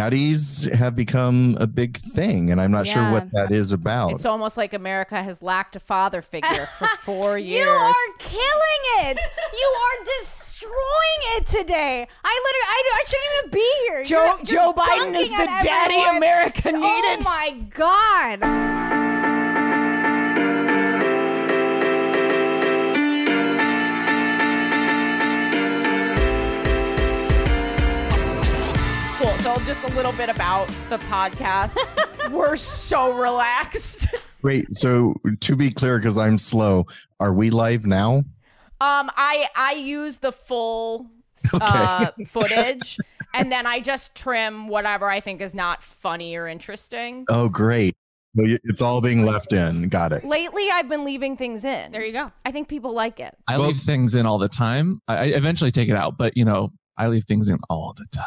Gaddies have become a big thing, and I'm not sure what that is about. It's almost like America has lacked a father figure for four years. You are killing it. you are destroying it today. I literally, I, I shouldn't even be here. Joe, You're- Joe you're Biden is dunking the on daddy everyone. America needed. Oh my God. Cool. So just a little bit about the podcast. We're so relaxed. Wait, so to be clear, because I'm slow, are we live now? Um, I I use the full Okay. uh, footage, and then I just trim whatever I think is not funny or interesting. Oh, great. Well, y- It's all being left in. Got Oh. it. Lately, I've been leaving things in. There you go. I think people like it. I Well- leave things in all the time. I, I eventually take it out, but you know, I leave things in all the time.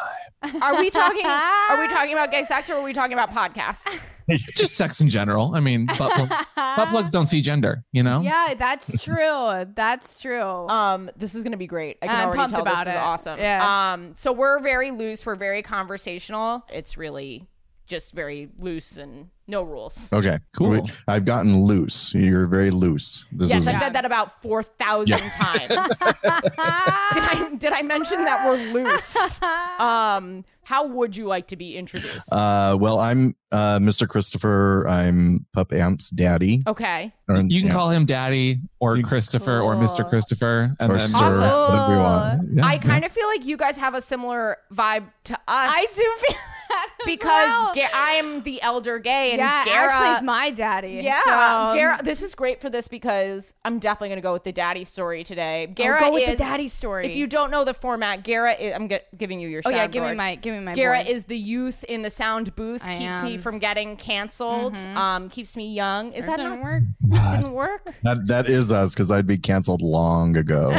Are we talking? are we talking about gay sex or are we talking about podcasts? Just sex in general. I mean, butt, plug, butt plugs don't see gender, you know? Yeah, that's true. That's true. Um, this is gonna be great. I can I'm already pumped tell about this is it. awesome. Yeah. Um, so we're very loose. We're very conversational. It's really just very loose and no rules. Okay. Cool. We- I've gotten loose. You're very loose. This Yes, is I've said that about four thousand times. did I did I mention that we're loose? Um, how would you like to be introduced? uh well, I'm uh Mr. Christopher. I'm Pup Amp's daddy. okay, Or- You can yeah, call him daddy or You- Christopher or Mr. Cool. Christopher. And or then, sir, Awesome. whatever you want. Yeah, I yeah. kind of feel like you guys have a similar vibe to us. I do feel that as because well. Ga- I'm the elder gay, and yeah, Gara, Ashley's my daddy. yeah, so- um, Gara. This is great for this because I'm definitely gonna go with the daddy story today. I'll Gara go with is- the daddy story. If you don't know the format, Gara, is, I'm g- giving you your. oh yeah, soundboard. give me my, give me my. Gara board. is the youth in the sound booth. I keeps me am. Mm-hmm. from getting canceled. Um, keeps me young. Is that that didn't not work. didn't work? That that is us because I'd be canceled long ago.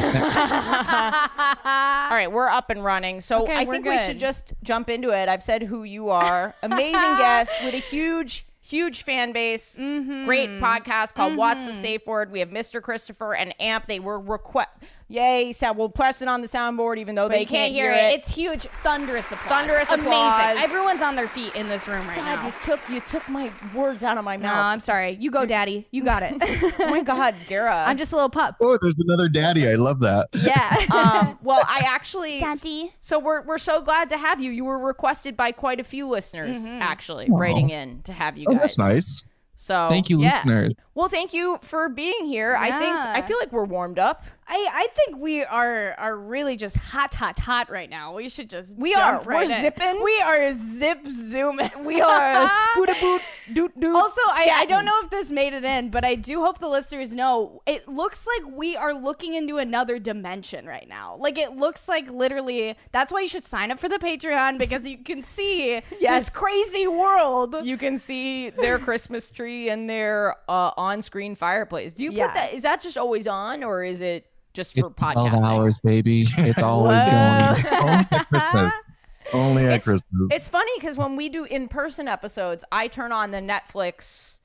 All right, we're up and running. So Okay, I we're think we should good. just jump into it. I've said who you are. Amazing guest with a huge, huge fan base. Mm-hmm. Great podcast called What's the Safe Word. We have Mr. Christopher and Amp. They were request. Yay! So we'll press it on the soundboard, even though they you can't hear it. It's huge. Thunderous applause. Thunderous Amazing. applause. Everyone's on their feet in this room right God, you now. took you took my words out of my No, mouth. I'm sorry. You go, daddy. You got oh it. my God, Gara. I'm just a little pup. oh, there's another daddy. I love that. Yeah. um, well, I actually. Daddy. So we're we're so glad to have you. You were requested by quite a few listeners, Mm-hmm. actually, writing in to have you Oh, guys. that's nice. So Thank you, yeah. listeners. Well, thank you for being here. I think Yeah. I feel like we're warmed up. I, I think we are are really just hot, hot, hot right now. We should just We jump are. right We're in. zipping. We are zip zooming. We are scootaboot doot doot. Also, I, I scatting. don't know if this made it in, but I do hope the listeners know it looks like we are looking into another dimension right now. Like it looks like literally that's why you should sign up for the Patreon because you can see Yes. this crazy world. You can see their Christmas tree and their uh, on-screen fireplace. Do you Yeah. put that? Is that just always on, or is it just for It's 12 podcasting? hours, baby. It's always going. Only at Christmas. Only at Christmas. Uh, It's funny because when we do in person episodes, I turn on the Netflix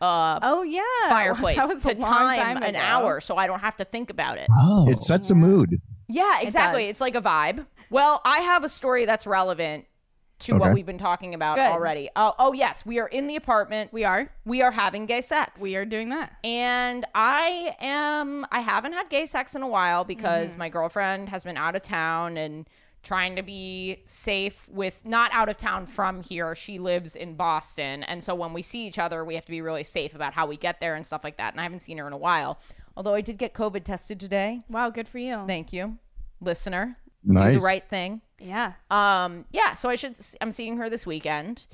uh, oh yeah. fireplace That was to a long time, time an ago. hour, so I don't have to think about it. Oh. It sets a mood. Yeah, exactly. does. it's like a vibe. Well, I have a story that's relevant to what Okay. we've been talking about Good. already. Oh oh yes, we are in the apartment. We are. we are having gay sex. We are doing that. and I am I haven't had gay sex in a while Mm-hmm. because my girlfriend has been out of town and trying to be safe with not out of town from here. She lives in Boston, and so when we see each other, we have to be really safe about how we get there and stuff like that. And I haven't seen her in a while. Although I did get COVID tested today. Wow, good for you. Thank you, listener. Do Nice. the right thing. yeah. Um, yeah, so I should I'm seeing her this weekend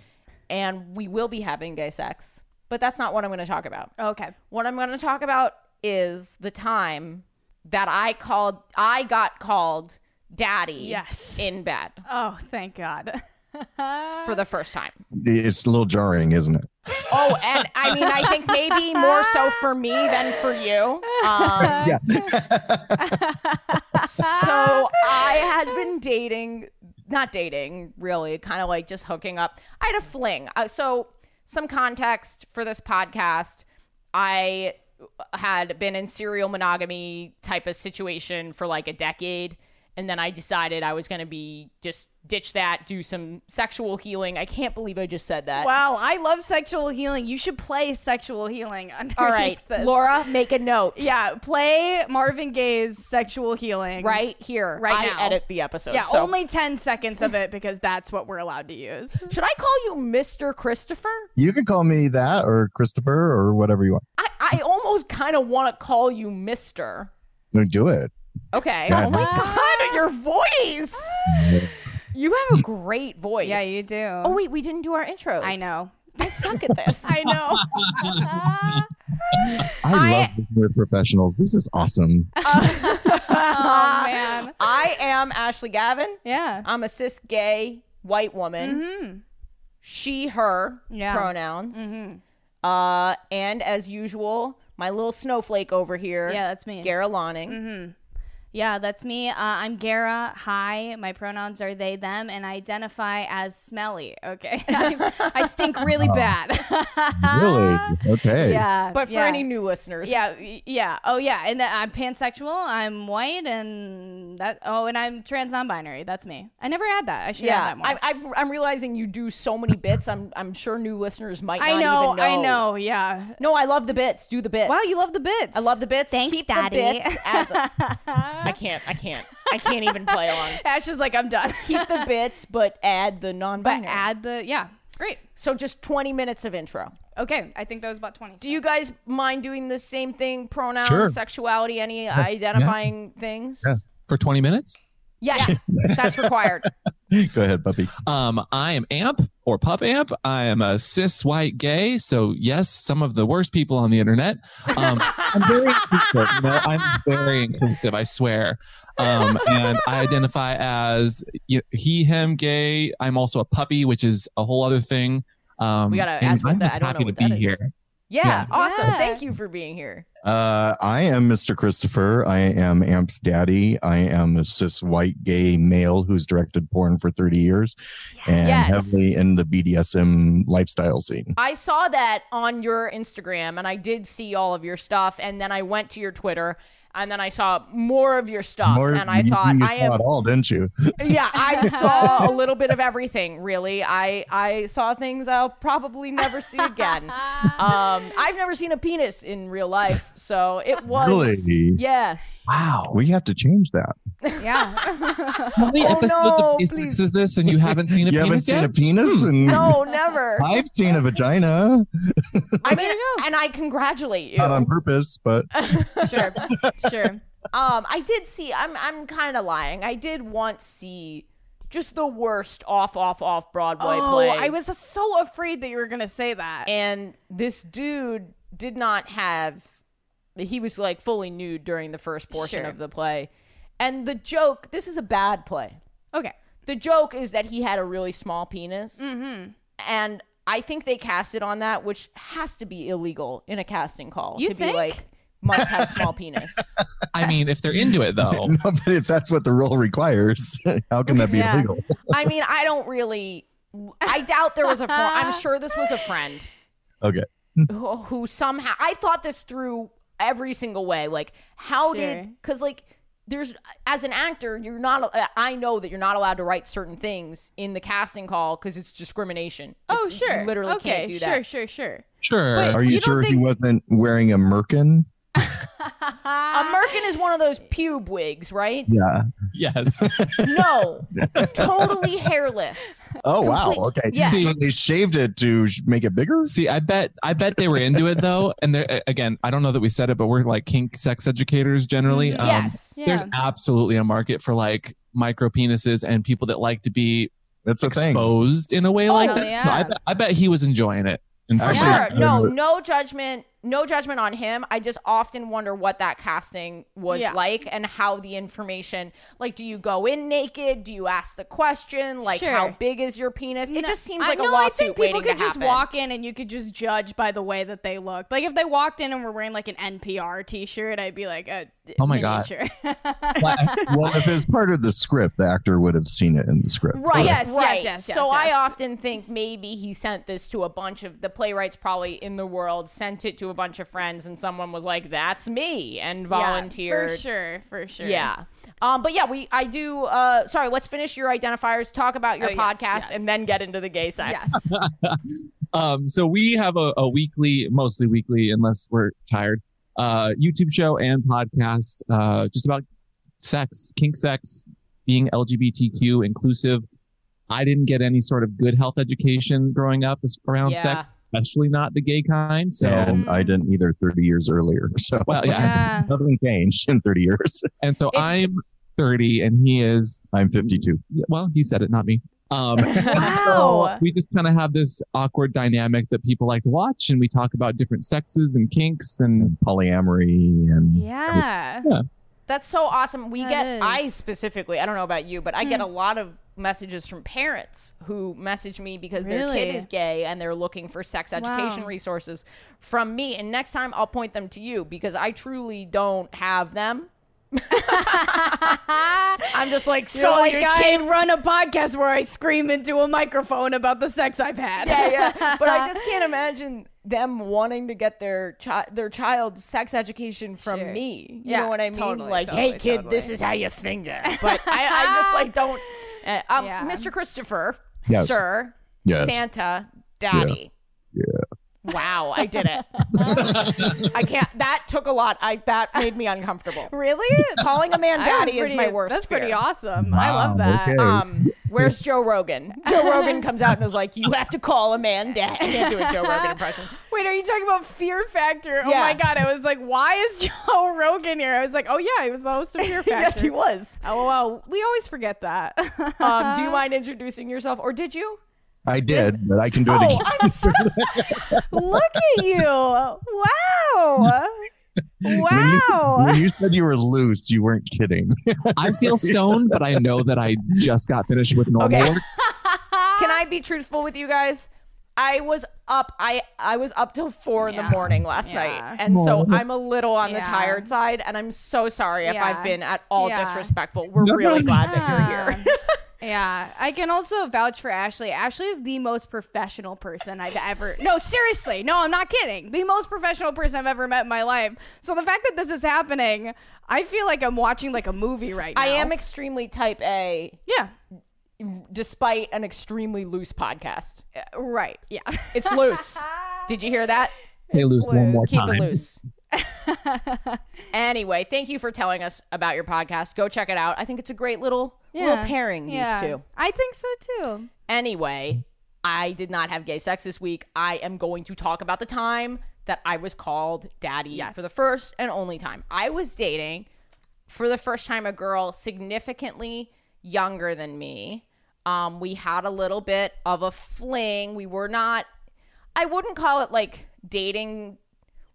and we will be having gay sex. But that's not what I'm going to talk about. Okay. What I'm going to talk about is the time that I called, I got called daddy Yes. in bed Oh, thank God. for the first time. It's a little jarring, isn't it? Oh, and I mean, I think maybe more so for me than for you. Um, Yeah. so I had been dating, not dating, really, kind of like just hooking up. I had a fling. Uh, so, some context for this podcast I had been in serial monogamy type of situation for like a decade. and then I decided I was going to be just ditch that, do some sexual healing. I can't believe I just said that. Wow, I love sexual healing. You should play sexual healing. Underneath All right, this. Laura, make a note. Yeah, play Marvin Gaye's sexual healing. right here. Right I now. edit the episode. Yeah, so- only 10 seconds of it because that's what we're allowed to use. Should I call you Mr. Christopher? You can call me that or Christopher or whatever you want. I, I almost kind of want to call you Mister. No, do it. Okay. Yeah. Oh my God, your voice. You have a great voice. Yeah, you do. Oh wait, we didn't do our intros. I know. I suck at this. I know. I, I- love working with professionals. This is awesome. oh, man. I am Ashley Gavin. Yeah. I'm a cis gay white woman. Mm-hmm. She, her Yeah. pronouns. Mhm. Uh, and as usual, my little snowflake over here, Yeah, Mm-hmm. that's me. Gara Lonning. Yeah, that's me. Uh, I'm Gara. Hi. My pronouns are they, them, and I identify as smelly. Okay. I, I stink really bad. really? Okay. Yeah. But for yeah. any new listeners, Yeah, y- yeah. Oh, yeah. And that I'm pansexual. I'm white, and that. Oh, and I'm trans non-binary. That's me. I never had that. I should Yeah, add that more. I, I, I'm realizing you do so many bits. I'm I'm sure new listeners might. Not I know, even know. I know. Yeah. No, I love the bits. Do the bits. Wow, you love the bits. I love the bits. Thanks, Keep Daddy. The bits at the- I can't. I can't. I can't even play along. Ash is like, I'm done. Keep the bits, but add the but non-binary. add the yeah. Great. so just 20 minutes of intro. Okay, I think that was about twenty. Do you guys mind doing the same thing? Pronouns, Sure. sexuality, any identifying things? Yeah. for 20 minutes. Yes, that's required. Go ahead, puppy. Um, I am Amp or Pup Amp. I am a cis white gay. So yes, some of the worst people on the internet. Um, I'm very inclusive. You know, I'm very inclusive. I swear. Um, and I identify as you know, he, him, gay. I'm also a puppy, which is a whole other thing. Um, We gotta and ask what I'm that- just I don't know happy to what that be is. here. Yeah, Yeah. awesome. Yeah. Thank you for being here. Uh, I am Mr. Christopher. I am Amp's daddy. I am a cis white gay male who's directed porn for 30 years and Yes. heavily in the BDSM lifestyle scene. I saw that on your Instagram and I did see all of your stuff and then I went to your Twitter and then I saw more of your stuff More- and I you- thought you I saw am it all, didn't you? yeah, I saw a little bit of everything, really. I I saw things I'll probably never see again. Um I've never seen a penis in real life, so it was Really? Yeah. Wow. We have to change that. Yeah. How many Oh, episodes no, of Ace please. Mix is this, and you haven't seen a you haven't penis seen yet? a penis? And No, never. I've seen a vagina, I mean, and I congratulate you. not on purpose, but sure. Sure. Um, I did see. I'm I'm kind of lying. I did once see just the worst off off off Broadway Oh, play. I was so afraid that you were gonna say that. and this dude did not have. He was like fully nude during the first portion Sure. of the play, and the joke. This is a bad play. okay. The joke is that he had a really small penis, Mm. and I think they casted on that, which has to be illegal in a casting call You to think? be like must have small penis. I mean, if they're into it though. no, but if that's what the role requires, how can that be Yeah. illegal? I mean, I don't really. I doubt there was a. Fr- I'm sure this was a friend Okay. who, who somehow. I thought this through every single way. Like, how Sure. did? Because like, there's as an actor, you're not. uh, I know that you're not allowed to write certain things in the casting call because it's discrimination. Oh, It's- you sure. literally okay. can't do that. Sure. Sure. Sure. Sure. Wait, Are you, You don't sure he think- wasn't wearing a merkin? A merkin is one of those pube wigs, right? Yeah. yes. No, totally hairless. Oh wow. Complete- Okay. yeah. So they shaved it to sh- make it bigger. See, I bet I bet they were into it though. And they're again, I don't know that we said it, but we're like kink sex educators generally. Mhm. Um, Mm, yes. Yeah. There's absolutely a market for like micro penises and people that like to be That's a thing. exposed in a way like Oh, that. yeah. So I, bet- I bet he was enjoying it. in some Actually, way. Sure. I No, remember- no judgment. No judgment on him. I just often wonder what that casting was Yeah. like and how the information like do you go in naked? Do you ask the question? Like Sure. how big is your penis? It just seems I- like a no, lawsuit I think people waiting could to just happen. walk in and you could just judge by the way that they looked. Like if they walked in and were wearing like an NPR T-shirt, I'd be like, uh, Oh my God. miniature. well, if it's part of the script, the actor would have seen it in the script. Right. Yes, yes, right. yes, yes, so I yes. often think maybe he sent this to a bunch of the playwrights probably in the world, sent it to a bunch of friends, and someone was like, "That's me," and Yeah, volunteered. for sure, for sure. Yeah. Um, but yeah, we I do. Uh, sorry, let's finish your identifiers. Talk about your Oh, yes, podcast yes. and then get into the gay sex. Yes. Um, so we have a, a weekly, mostly weekly, unless we're tired, uh, YouTube show and podcast, uh, just about sex, kink sex, being LGBTQ inclusive. I didn't get any sort of good health education growing up as- around yeah. sex, especially not the gay kind. So, and I didn't either 30 years earlier. So well, yeah. Yeah. nothing changed in 30 years. And so It's- I'm 30 and he is, I'm 52. well, he said it, not me. Um, Wow. we just kind of have this awkward dynamic that people like to watch and we talk about different sexes and kinks and And polyamory and Yeah. That's so awesome. We That get is. Hmm. I specifically, I don't know about you, but I get a lot of messages from parents who message me because their kid Really? is gay and they're looking for sex education Wow. resources from me. And next time I'll point them to you because I truly don't have them. I'm just like, So so like your I kid run a podcast where I scream into a microphone about the sex I've had. yeah, yeah. But I just can't imagine them wanting to get their child their child's sex education from Sure. me. You Yeah, know what I mean? totally, like, hey totally, kid, this totally. is how you finger. But I, I just like don't. Uh, um, Yeah. Mr. Christopher, Yes. sir, Yes. Santa, daddy. Yeah. Wow, I did it. I can't. That took a lot. I that made me uncomfortable. Really? Calling a man That daddy was is pretty- my worst. That's pretty fear. awesome. I love Wow, that. okay. Um, where's Joe Rogan? Joe Rogan comes out and is like, "You have to call a man dad." I can't do a Joe Rogan impression. Wait, are you talking about Fear Factor? Oh Yeah. my god, I was like, why is Joe Rogan here? I was like, oh yeah, he was the host of Fear Factor. yes, he was. Oh well, we always forget that. Um, do you Uh-huh. mind introducing yourself, or did you? I did, but I can do it Oh, again. I'm sorry. Look at you! Wow! Wow! When you said you were loose, you weren't kidding. I feel stoned, but I know that I just got finished with normal Okay. work. Can I be truthful with you guys? I was up. I I was up till four in Yeah. the morning last Yeah. night, and so Oh. I'm a little on the Yeah. tired side. And I'm so sorry if Yeah. I've been at all Yeah. Uh, disrespectful. We're No, no, really no. glad that you're here. Um, yeah, I can also vouch for Ashley. Ashley is the most professional person I've ever. No, seriously. No, I'm not kidding. The most professional person I've ever met in my life. So the fact that this is happening, I feel like I'm watching like a movie right now. I am extremely type A, Yeah. despite an extremely loose podcast. Uh, Right. Yeah. It's loose. Did you hear that? They lose one loose. more Keep time. it loose. anyway, thank you for telling us about your podcast. Go check it out. I think it's a great little little pairing. Yeah. These two. I think so too. Anyway, I did not have gay sex this week. I am going to talk about the time that I was called daddy Yes. for the first and only time. I was dating for the first time a girl significantly younger than me. Um, we had a little bit of a fling. We were not, I wouldn't call it like dating.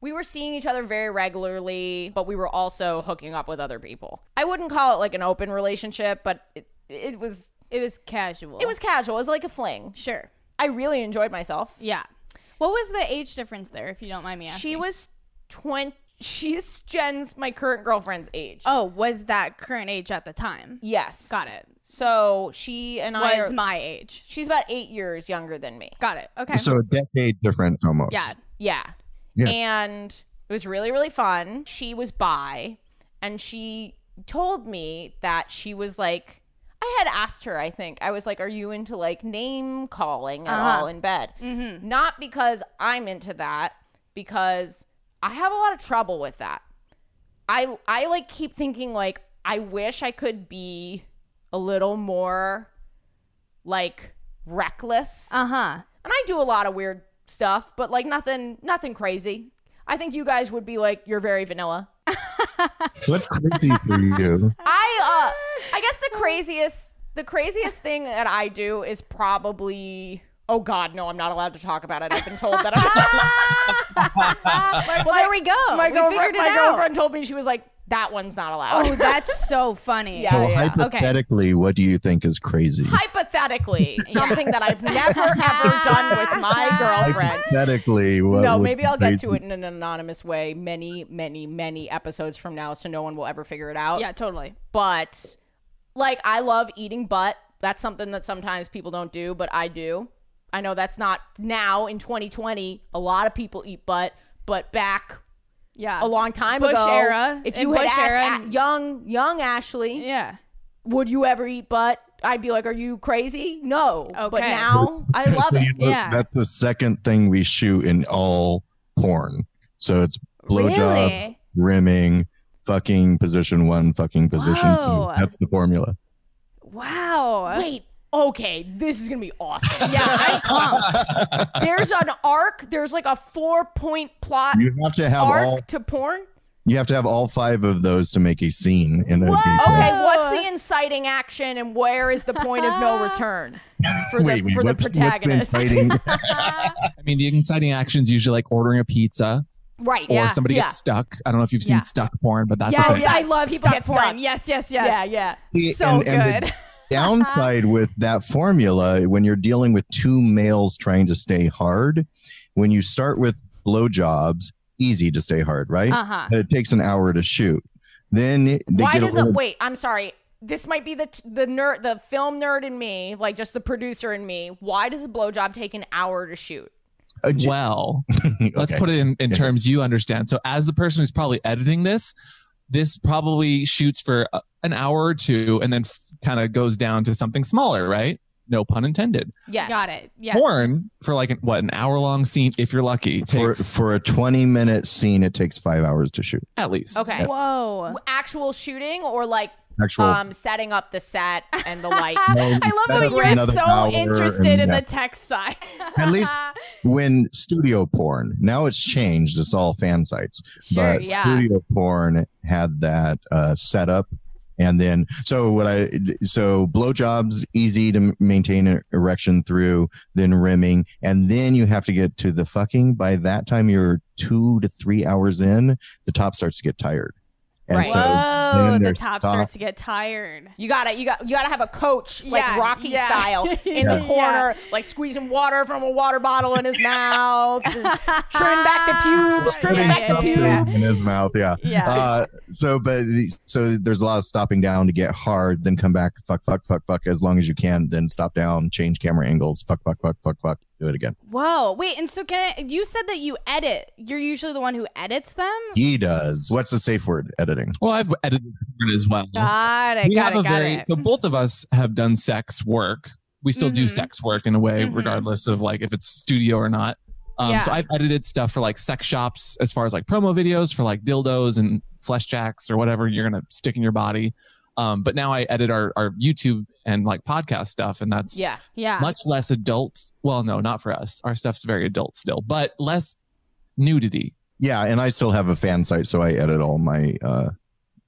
We were seeing each other very regularly, but we were also hooking up with other people. I wouldn't call it like an open relationship, but it, it was It was casual. it was casual. It was like a fling. sure. I really enjoyed myself. Yeah. What was the age difference there, if you don't mind me asking? She was 20. She's Jen's, my current girlfriend's age. oh, was that current age at the time? yes. Got it. So she and I. Was are- my age. she's about eight years younger than me. Got it. Okay. So a decade difference almost. yeah. Yeah. Yeah. And it was really, really fun. She was bi and she told me that she was like, I had asked her, I think, I was like, Are you into like name calling at Uh-huh. all in bed? Mm-hmm. Not because I'm into that, because I have a lot of trouble with that. I I like keep thinking like I wish I could be a little more like reckless Uh huh. and I do a lot of weird stuff, but like nothing, nothing crazy. I think you guys would be like, you're very vanilla. What's crazy for you? I, uh, I guess the craziest, the craziest thing that I do is probably. Oh God, no! I'm not allowed to talk about it. I've been told that. I'm, well, there we go. my we girlfriend, figured it my out. girlfriend told me she was like, that one's not allowed. Oh, that's so funny. Oh, Yeah. Well, Okay. hypothetically, what do you think is crazy? Hypothetically, something that I've never ever done with my girlfriend. Hypothetically, what No, would maybe be I'll get crazy? to it in an anonymous way many, many, many episodes from now, so no one will ever figure it out. Yeah, totally. but like I love eating butt. That's something that sometimes people don't do, but I do. I know that's not now in 2020. A lot of people eat butt, but back Yeah. a long time Bush ago, era, if in you had Bush asked era. A- young young Ashley, Yeah. would you ever eat butt? I'd be like, are you crazy? No. But Okay. now I love Actually, it. look, yeah. That's the second thing we shoot in all porn. So it's blowjobs, Really? rimming, fucking position one, fucking position Whoa. two. That's the formula. Wow. Wait. Okay, this is gonna be awesome. Yeah, I pumped. there's an arc. There's like a four point plot You have to have arc all. to porn. You have to have all five of those to make a scene in a gay Whoa. club. Okay, what's the inciting action and where is the point of no return for Wait, the, wait, for the what's, what's the protagonist? inciting? I mean, the inciting action is usually like ordering a pizza right. or Yeah, somebody yeah. gets stuck. I don't know if you've seen Yeah. stuck porn, but that's a yes, thing. yeah. I love People stuck get porn. stuck. Yes, yes, Yeah, yes. yeah. So and, and good. the downside with that formula, when you're dealing with two males trying to stay hard, when you start with blowjobs, easy to stay hard, right? Uh huh. but it takes an hour to shoot. Then they Why get a does it little, wait? I'm sorry. This might be the t- the nerd, the film nerd in me, like just the producer in me. Why does a blowjob take an hour to shoot? a j- Well, okay. let's put it in, in Yeah. terms you understand. So, as the person who's probably editing this, this probably shoots for uh, an hour or two and then f- kind of goes down to something smaller, right? No pun intended. Yes, Got it. Yes. Porn for like what an hour long scene, if you're lucky, for, takes for a 20 minute scene, it takes five hours to shoot. at least. Okay. Whoa. Actual shooting or like Actual. um setting up the set and the lights. I love set that up you were another so hour interested and- in yeah. the tech side. At least- when studio porn, now it's changed, it's all fan sites, sure, but yeah. studio porn had that uh, setup. And then, so what I, so blowjobs, easy to m- maintain an erection through, then rimming. And then you have to get to the fucking. By that time, you're two to three hours in, the top starts to get tired. And Right. so Whoa, then the there's top stop. starts to get tired. You gotta you got you gotta have a coach like Yeah, Rocky yeah. style in Yeah. the corner, like squeezing water from a water bottle in his mouth, and trimming back the pubes, trimming Yeah, back the Something pubes. yeah. in his mouth. Yeah. Yeah. Uh, so, but so there's a lot of stopping down to get hard, then come back, fuck, fuck, fuck, fuck, as long as you can, then stop down, change camera angles, fuck, fuck, fuck, fuck, fuck, do it again. Whoa. Wait, and so can I, you said that you edit. You're usually the one who edits them? He does. What's the safe word? Editing. Well, I've edited porn as well. Got it. we got have it. a Got very it. so both of us have done sex work. We still do Mhm. sex work in a way, Mhm. regardless of like if it's studio or not. Um, So Yeah. I've edited stuff for like sex shops, as far as like promo videos for like dildos and flesh jacks or whatever you're gonna stick in your body. Um, but now I edit our, our YouTube and like podcast stuff, and that's Yeah, yeah. much less adults. Well, no, not for us. Our stuff's very adult still, but less nudity. Yeah. And I still have a fan site, so I edit all my uh,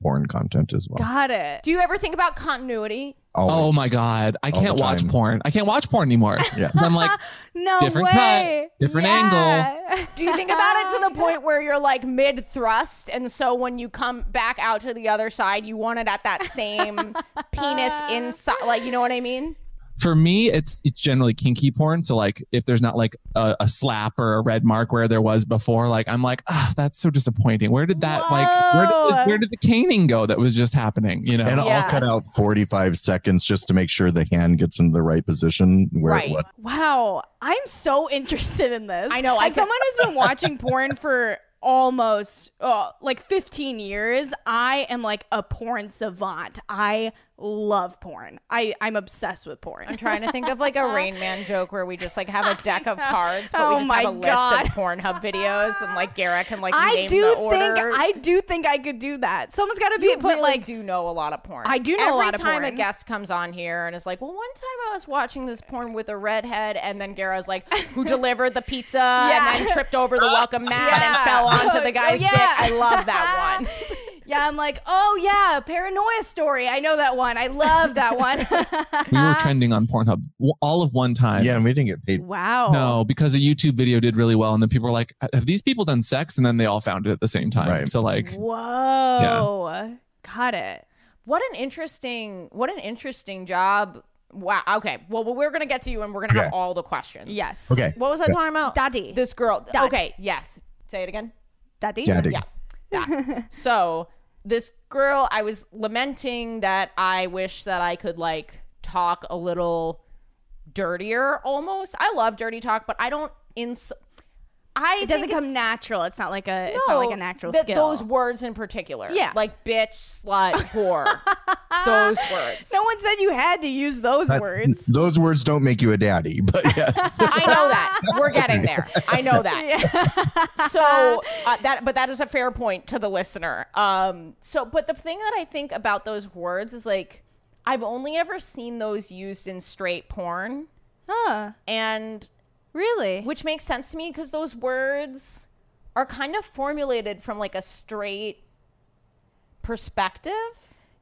porn content as well. got it. Do you ever think about continuity? Always. Oh my god, I All the can't watch time. porn. I can't watch porn anymore. Yeah. I'm like, No Different cut, way. different angle. Do you think about it to the point where you're like mid thrust, and so when you come back out to the other side, you want it at that same penis inside, like you know what I mean? for me it's it's generally kinky porn so like if there's not like a, a slap or a red mark where there was before like i'm like ah that's so disappointing where did that like where did, Whoa. the, where did the caning go that was just happening you know And Yeah. I'll cut out 45 seconds just to make sure the hand gets into the right position where Right. it was. Wow, I'm so interested in this. I know, I As could- someone who's been watching porn for almost uh, like 15 years, I am like a porn savant. I love porn. I I'm obsessed with porn. I'm trying to think of like a Rain Man joke where we just like have a deck of know. cards, but Oh we just have my a list God. of Pornhub videos, and like Garrett can like I name do the think order. I do think I could do that. Someone's got to be you put really like do know a lot of porn. I do know a Every lot of time a porn. guest comes on here and is like, "Well, one time I was watching this porn with a redhead," and then Gara's like, "Who delivered the pizza?" and then tripped over the welcome mat Yeah. and fell onto Oh, the guy's yeah. dick. I love that one. Yeah, I'm like, "Oh yeah, paranoia story. I know that one. I love that one." we Uh, were trending on pornhub w- all of one time Yeah. And we didn't get paid. wow. no because a youtube video did really well and then people were like have these people done sex and then they all found it at the same time Right. so like Whoa. Got it. What an interesting, what an interesting job. Wow. Okay. Well, we're gonna get to you, and we're gonna have Okay. all the questions. Yes. Okay. What was I talking about? Daddy. This girl. Dad. Okay. Yes. Say it again. Daddy. Daddy. Yeah. That. so this girl, I was lamenting that I wish that I could like talk a little dirtier almost. I love dirty talk, but I don't ins I It doesn't think come it's- natural. It's not like a. it's not like a natural th- skill. Those words in particular. Yeah. Like bitch, slut, whore. those words. no one said you had to use those That- words. Those words don't make you a daddy, but yes. I know that. We're getting there. I know that. Yeah. So uh, that, but that is a fair point to the listener. Um. So, but the thing that I think about those words is like, I've only ever seen those used in straight porn, huh. and Really? which makes sense to me because those words are kind of formulated from like a straight perspective.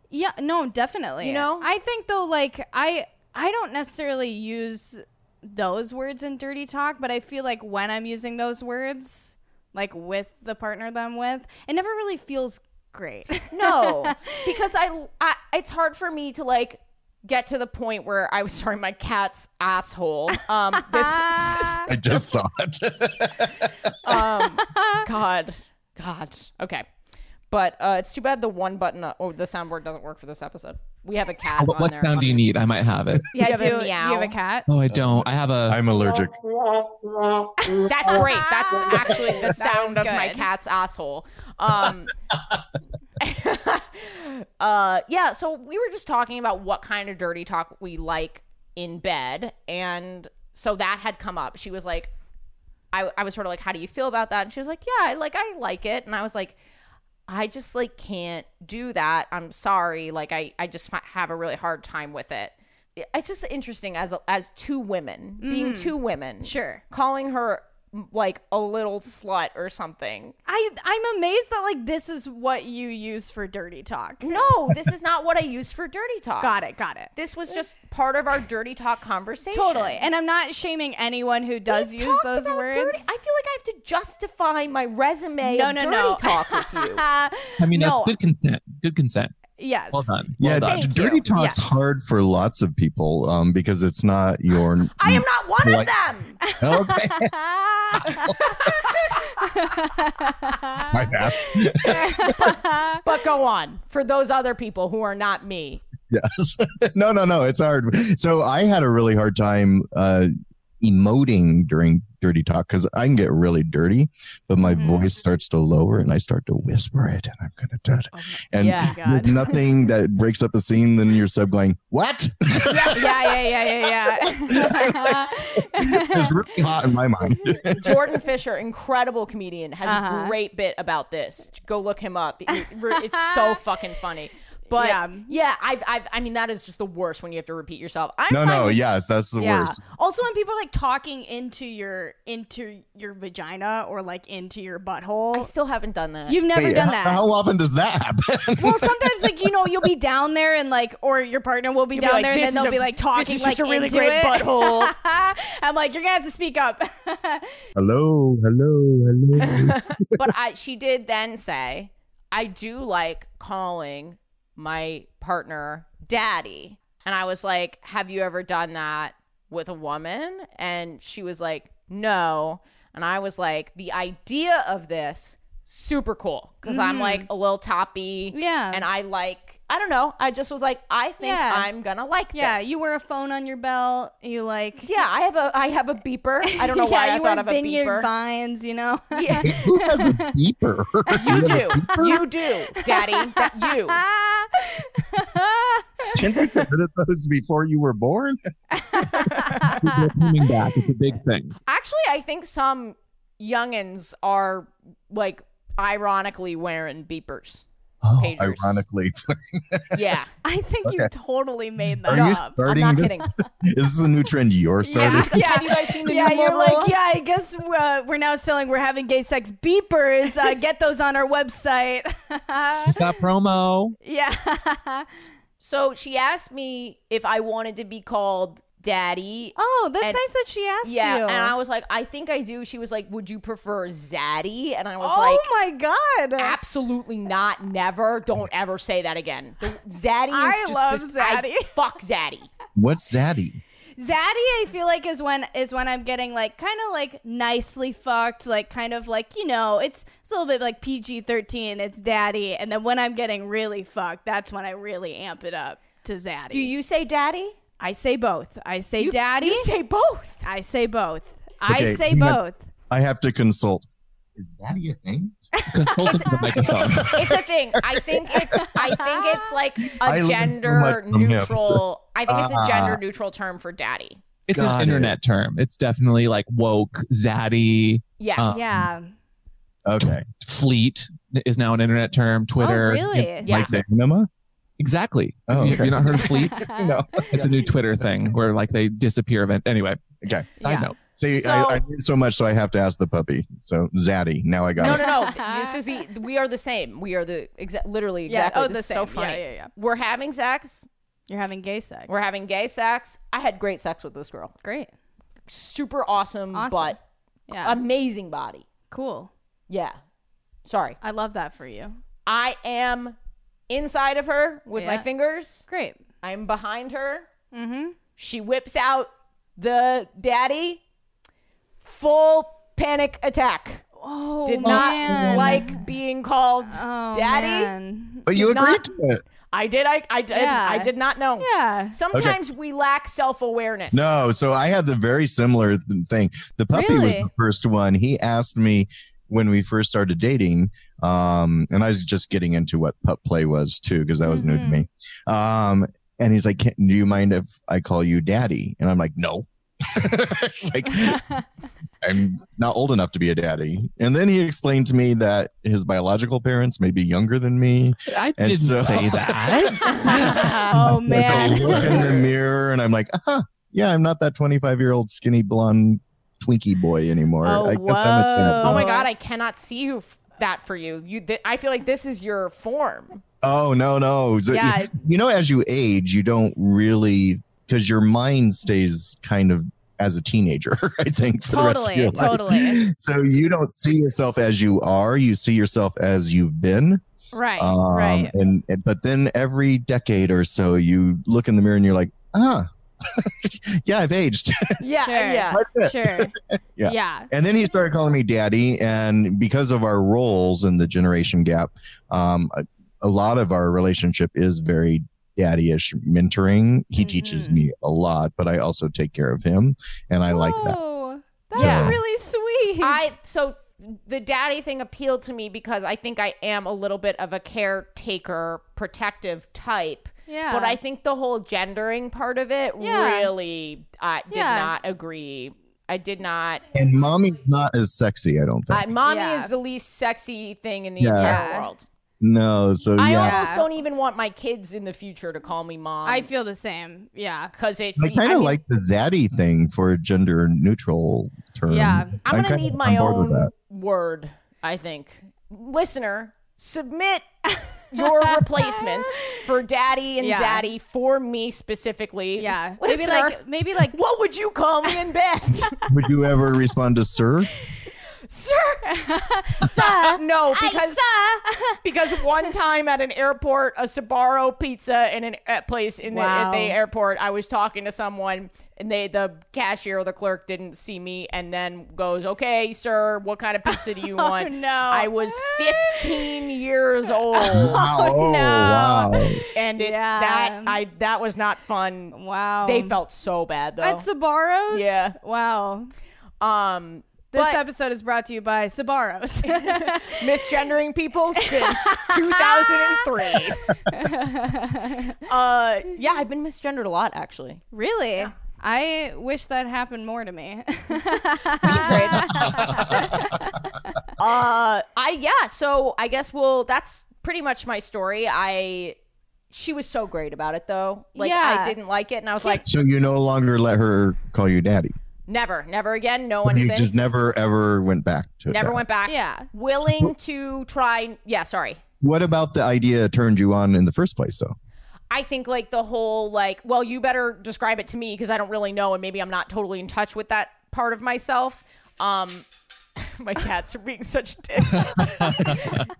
Yeah, no, definitely. You know? I think though like I I don't necessarily use those words in dirty talk, but I feel like when I'm using those words like with the partner that I'm with, it never really feels great. No, because I, I it's hard for me to like get to the point where I was sorry my cat's asshole. Um, this I just saw it. um, God, God. Okay, but uh, it's too bad the one button uh, oh the soundboard doesn't work for this episode. We have a cat. What, on what there. sound do you need? I might have it. yeah, You have a do, do you meow? have a cat? Oh, I don't. I have a. I'm allergic. That's great. That's actually the That sound was of my good. cat's asshole. Um, uh, yeah, so we were just talking about what kind of dirty talk we like in bed. And so that had come up. She was like, I, I was sort of like, how do you feel about that? And she was like, yeah, I like, I like it. And I was like, I just like can't do that. I'm sorry. Like I, I just fi- have a really hard time with it. It's just interesting as as two women being two women Mm-hmm. Sure. calling her m- like a little slut or something. I I'm amazed that like this is what you use for dirty talk. No, this is not what I use for dirty talk. Got it, got it. This was just part of our dirty talk conversation. Totally. And I'm not shaming anyone who does We use talked those about words. dirty- I feel like I have to justify my resume no, of no, dirty no. talk with you. I mean, that's no. good consent. Good consent. yes. Well done. Well Yeah, done. Thank dirty you. talk's Yes. hard for lots of people um, because it's not your. I am not one of Like- them. Okay. My bad. But go on for those other people who are not me. Yes. no, no, no. It's hard. So I had a really hard time uh, emoting during dirty talk because I can get really dirty, but my Mhm. voice starts to lower and I start to whisper it, and I'm gonna do it. Oh And yeah. there's nothing that breaks up a scene than your sub going, "What?" yeah, yeah, yeah, yeah, yeah. it's really hot in my mind. Jordan Fisher, incredible comedian, has Uh-huh. a great bit about this. Go look him up. It- It's so fucking funny. But Yeah. yeah, I've, I've, I mean, that is just the worst when you have to repeat yourself. I'm no, fine no. with- Yes, that's the yeah. worst. Also, when people are like talking into your into your vagina or like into your I butthole, still haven't done that. you've never Wait, done how- that. How often does that happen? well, sometimes like you know you'll be down there and like or your partner will be You'll be down like, there and "This then is they'll a- be like talking this is like just a really into great it. butthole. I'm like you're gonna have to speak up. hello, hello, hello. but I, she did then say, I do like calling my partner daddy. And I was like, Have you ever done that with a woman? And she was like, No. And I was like, The idea of this, super cool. because i I'm like a little toppy. Yeah. And I like, I don't know. I just was like, I think Yeah. I'm going to like yeah, this. you wear a phone on your belt. You like Yeah, I have a I have a beeper. I don't know why yeah, I you thought wear of a vineyard beeper. vines. You know. Yeah. Who has a beeper? You do. You do, Daddy. That you. Tinder got rid of those before you were born? People are coming back. It's a big thing. Actually, I think some youngins are like ironically wearing beepers. Oh, Pagers. Ironically. Yeah. I think you totally made Are that you up. starting I'm not this? kidding. Is this a new trend you're starting? Ask- Have you guys seen the yeah, new you're mobile? like, yeah, I guess uh, we're now selling, we're having gay sex beepers. Uh, get those on our website. That promo. yeah. So she asked me if I wanted to be called Daddy. Oh, that's And- nice that she asked yeah, you. and I was like, I think I do. She was like, Would you prefer Zaddy? And I was oh like, my god. Absolutely not. Never. Don't ever say that again. The- Zaddy is I just love this- I- Zaddy. fuck Zaddy. What's Zaddy? Zaddy, I feel like is when is when I'm getting like kind of like nicely fucked, like kind of like you know, it's it's a little bit like PG thirteen. It's daddy, and then when I'm getting really fucked, that's when I really amp it up to Zaddy. Do you say Daddy? I say both. I say daddy. You say both. I say both. I Okay, say hang on. both. I have to consult. Is that a thing? Consult into the microphone. It's a thing. I think it's I think it's like I a learned so much gender from him, neutral I think it's a Ah. gender neutral term for daddy. It's Got an it. internet term. It's definitely like woke, zaddy, Yes. Ah. Uh, yeah. Okay. fleet is now an internet term. Twitter. oh, really? Yeah. Like the enema? Exactly. Oh, Have you- okay. you not heard of fleets? No. It's a new Twitter thing where like they disappear event. Anyway, Okay. side Yeah. note. See, So- I, I did so much, so I have to ask the puppy. So Zaddy, now I got No, it. no, no. this is the we are the same. We are the exa- literally Yeah. exactly. Oh, this the is same. so funny. Yeah, yeah, yeah. We're having sex. You're having gay sex. We're having gay sex. I had great sex with this girl. great. Super awesome, Awesome. but Um, Yeah. amazing body. cool. Yeah. Sorry. I love that for you. I am inside of her with my Yeah. fingers. Great. I'm behind her. Mm-hmm. She whips out the daddy. Full panic attack. Oh, Did not man. like being called Oh, daddy. man. But you Not- agreed to it. I did. I, I did. Yeah. I did not know. Yeah. Sometimes we lack self awareness. No, so I had the very similar th- thing. The puppy was Really? the first one. He asked me when we first started dating, um, and I was just getting into what pup play was too, because that was new to Mhm. me. Um, and he's like, Can, "Do you mind if I call you daddy?" And I'm like, "No." it's like Oh, I'm not old enough to be a daddy. And then he explained to me that his biological parents may be younger than me. I And didn't so- say that. oh Like, I look in the man. mirror and I'm like, uh yeah, I'm not that 25 year old skinny blonde Twinkie boy anymore. Oh, I I'm a dad. Oh my god, I cannot see you f- that for you. You, th- I feel like this is your form. Oh no, no. So, Yeah. You know, as you age, you don't really because your mind stays kind of as a teenager. I think for Totally, the rest of your totally. life. So you don't see yourself as you are. You see yourself as you've been. Right. Um, right. And and- but then every decade or so, you look in the mirror and you're like, ah, yeah, I've aged. Yeah, Sure. yeah. That's it. Sure. Yeah. yeah. And then he started calling me daddy. And because of our roles and the generation gap, um, a, a lot of our relationship is very daddy ish mentoring. He teaches Mm-hmm. Mhm. me a lot, but I also take care of him. And I like that. Whoa. That's Yeah. really sweet. I so the daddy thing appealed to me because I think I am a little bit of a caretaker, protective type. yeah. But I think the whole gendering part of it Yeah. really uh, did Yeah. not agree. I did not. And mommy's not as sexy, I don't Uh, think. mommy Yeah. is the least sexy thing in the Yeah. entire Yeah. world. no. So, I yeah. almost Yeah. don't even want my kids in the future to call me mom. I feel the same. Yeah. because it. I kind of mean, like the zaddy thing for a gender neutral term. Yeah. I'm, gonna kinda need on my board with own that. word. I think, listener, submit your replacements for Daddy and Yeah. Zaddy for me specifically. Yeah. Maybe listener, like maybe like what would you call me in bed, Would you ever respond to sir? sir? Sir, No, because I because one time at an airport, a Sabaro pizza in an a place in the, at Wow. the airport, I was talking to someone and they the cashier or the clerk didn't see me and then goes, "Okay, sir, what kind of pizza do you want?" Oh, no. I was 15 years old Wow. Oh, wow. and it, Yeah. that I that was not fun. Wow. They felt so bad though. at Sabaros. Yeah. Wow. um This But- episode is brought to you by Sabaros. misgendering people since 2003. uh yeah, I've been misgendered a lot actually. really? I wish that happened more to me. uh i yeah so i guess well that's pretty much my story i she was so great about it though like i Yeah. didn't like it and i was like So you no longer let her call you daddy. never never again no one you since just never ever went back to never that. went back yeah. willing to try yeah sorry What about the idea turned you on in the first place, though? i think like the whole like well you better describe it to me because i don't really know and maybe i'm not totally in touch with that part of myself um my cats are being such dicks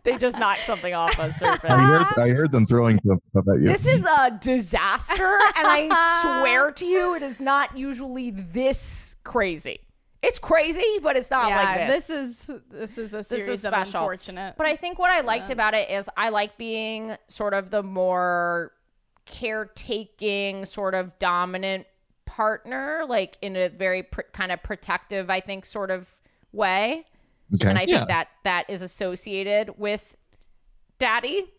they just knocked something off a surface I heard, I heard them throwing stuff stuff at you. This is a disaster, and I swear to you, it is not usually this crazy. It's crazy, but it's not yeah. like this. this. is this is a is series of special. unfortunate. but I think what I liked about it is I like being sort of the more caretaking, sort of dominant partner, like in a very pr- kind of protective, I think, sort of way. Okay. And I think Yeah. that that is associated with daddy.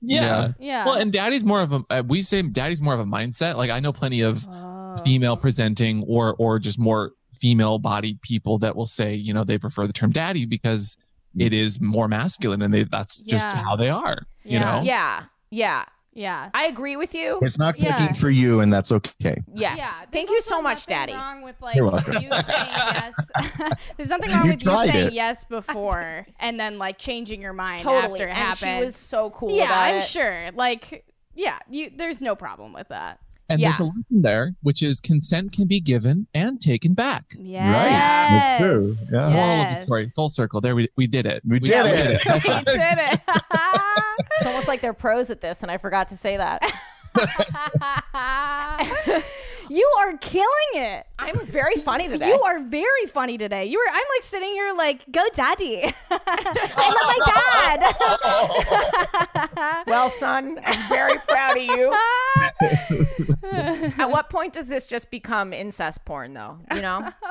yeah. Yeah. Yeah. Well, and daddy's more of a uh, we say daddy's more of a mindset. Like I know plenty of Oh. Oh. female presenting or or just more female bodied people that will say you know they prefer the term daddy because Mm. it is more masculine and they that's just Yeah. how they are. You Yeah. know. Yeah. Yeah. yeah. I agree with you. It's not clicking Yeah. for you, and that's okay. Yeah, Yes. there's Thank you also so much, nothing daddy. Wrong with like You're you welcome. saying yes. there's nothing wrong You with you tried saying it. yes before and then like changing your mind Totally. after it and happened. she was so cool yeah, about I'm it. sure. Like, yeah, you. There's no problem with that. And there's a Yeah. lesson there, which is consent can be given and taken back. Yes. That's true. Yeah. Moral of the story, full circle. There we we did it. We did it. Yes. we did it. It's almost like they're pros at this, and I forgot to say that. you are killing it. I'm very funny today. You are very funny today. You were. I'm like sitting here, like, go, daddy. I love my dad. well, son, I'm very proud of you. At what point does this just become incest porn, though? You know?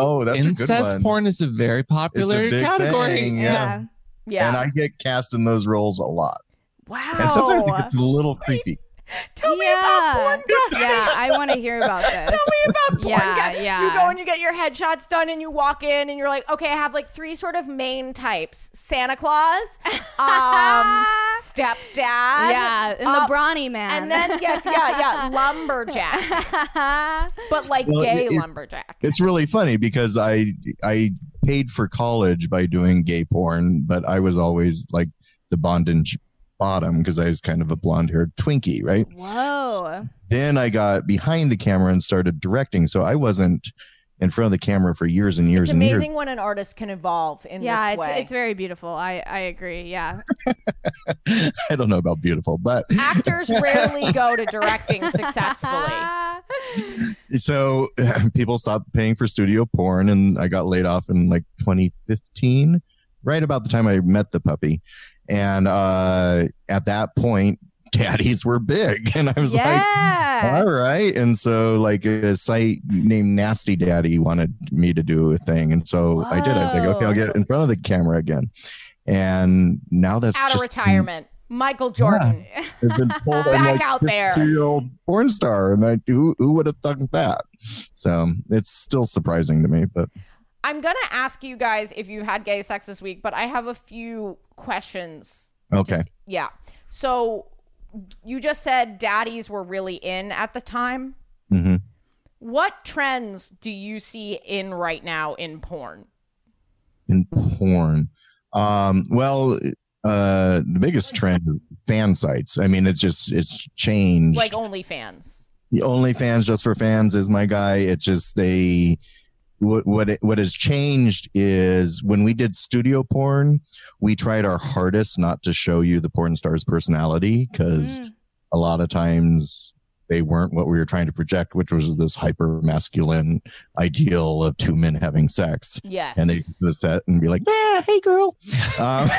Oh, that's a good Incest one. porn is a very It's popular a big category. thing, Yeah. yeah. Yeah. And I get cast in those roles a lot. Wow. And sometimes it gets a little creepy. Tell me about porn. Yeah, I want to hear about this. Tell me about porn guy. You go and you get your headshots done, and you walk in, and you're like, okay, I have like three sort of main types: Santa Claus, um, stepdad, yeah, and the uh, brawny man. and then yes, yeah, yeah, lumberjack, but like Well, gay it- it- lumberjack. It's really funny because I I paid for college by doing gay porn, but I was always like the bondage bottom because I was kind of a blonde haired Twinkie, right? Whoa. Then I got behind the camera and started directing, so I wasn't in front of the camera for years and years It's and years. amazing when an artist can evolve in Yeah, this it's, way. it's very beautiful. I, I agree. Yeah. I don't know about beautiful, but Actors rarely go to directing successfully. so people stopped paying for studio porn and I got laid off in like 2015, right about the time I met the puppy. And uh, at that point, daddies were big. And I was like, yeah. Uh, all right. And so, like, a site named Nasty Daddy wanted me to do a thing. And so I did. I was like, okay, I'll get in front of the camera again. And now that's Out of just- retirement, Michael Jordan. I've been told I'm Back like out there. year old porn star, and I who who would have thunk that? So it's still surprising to me, but I'm gonna ask you guys if you had gay sex this week, but I have a few questions. okay. Just- yeah. So you just said daddies were really in at the time. hmm What trends do you see in right now in porn? In porn, um, well, uh, the biggest trend is fan sites. I mean, it's just it's changed. Like OnlyFans. The OnlyFans just for fans is my guy. It's just they what what it, what has changed is when we did studio porn, we tried our hardest not to show you the porn star's personality because. Mm. a lot of times they weren't what we were trying to project, which was this hyper masculine ideal of two men having sex. Yes. And they used to set and be like, ah, hey, girl. Um,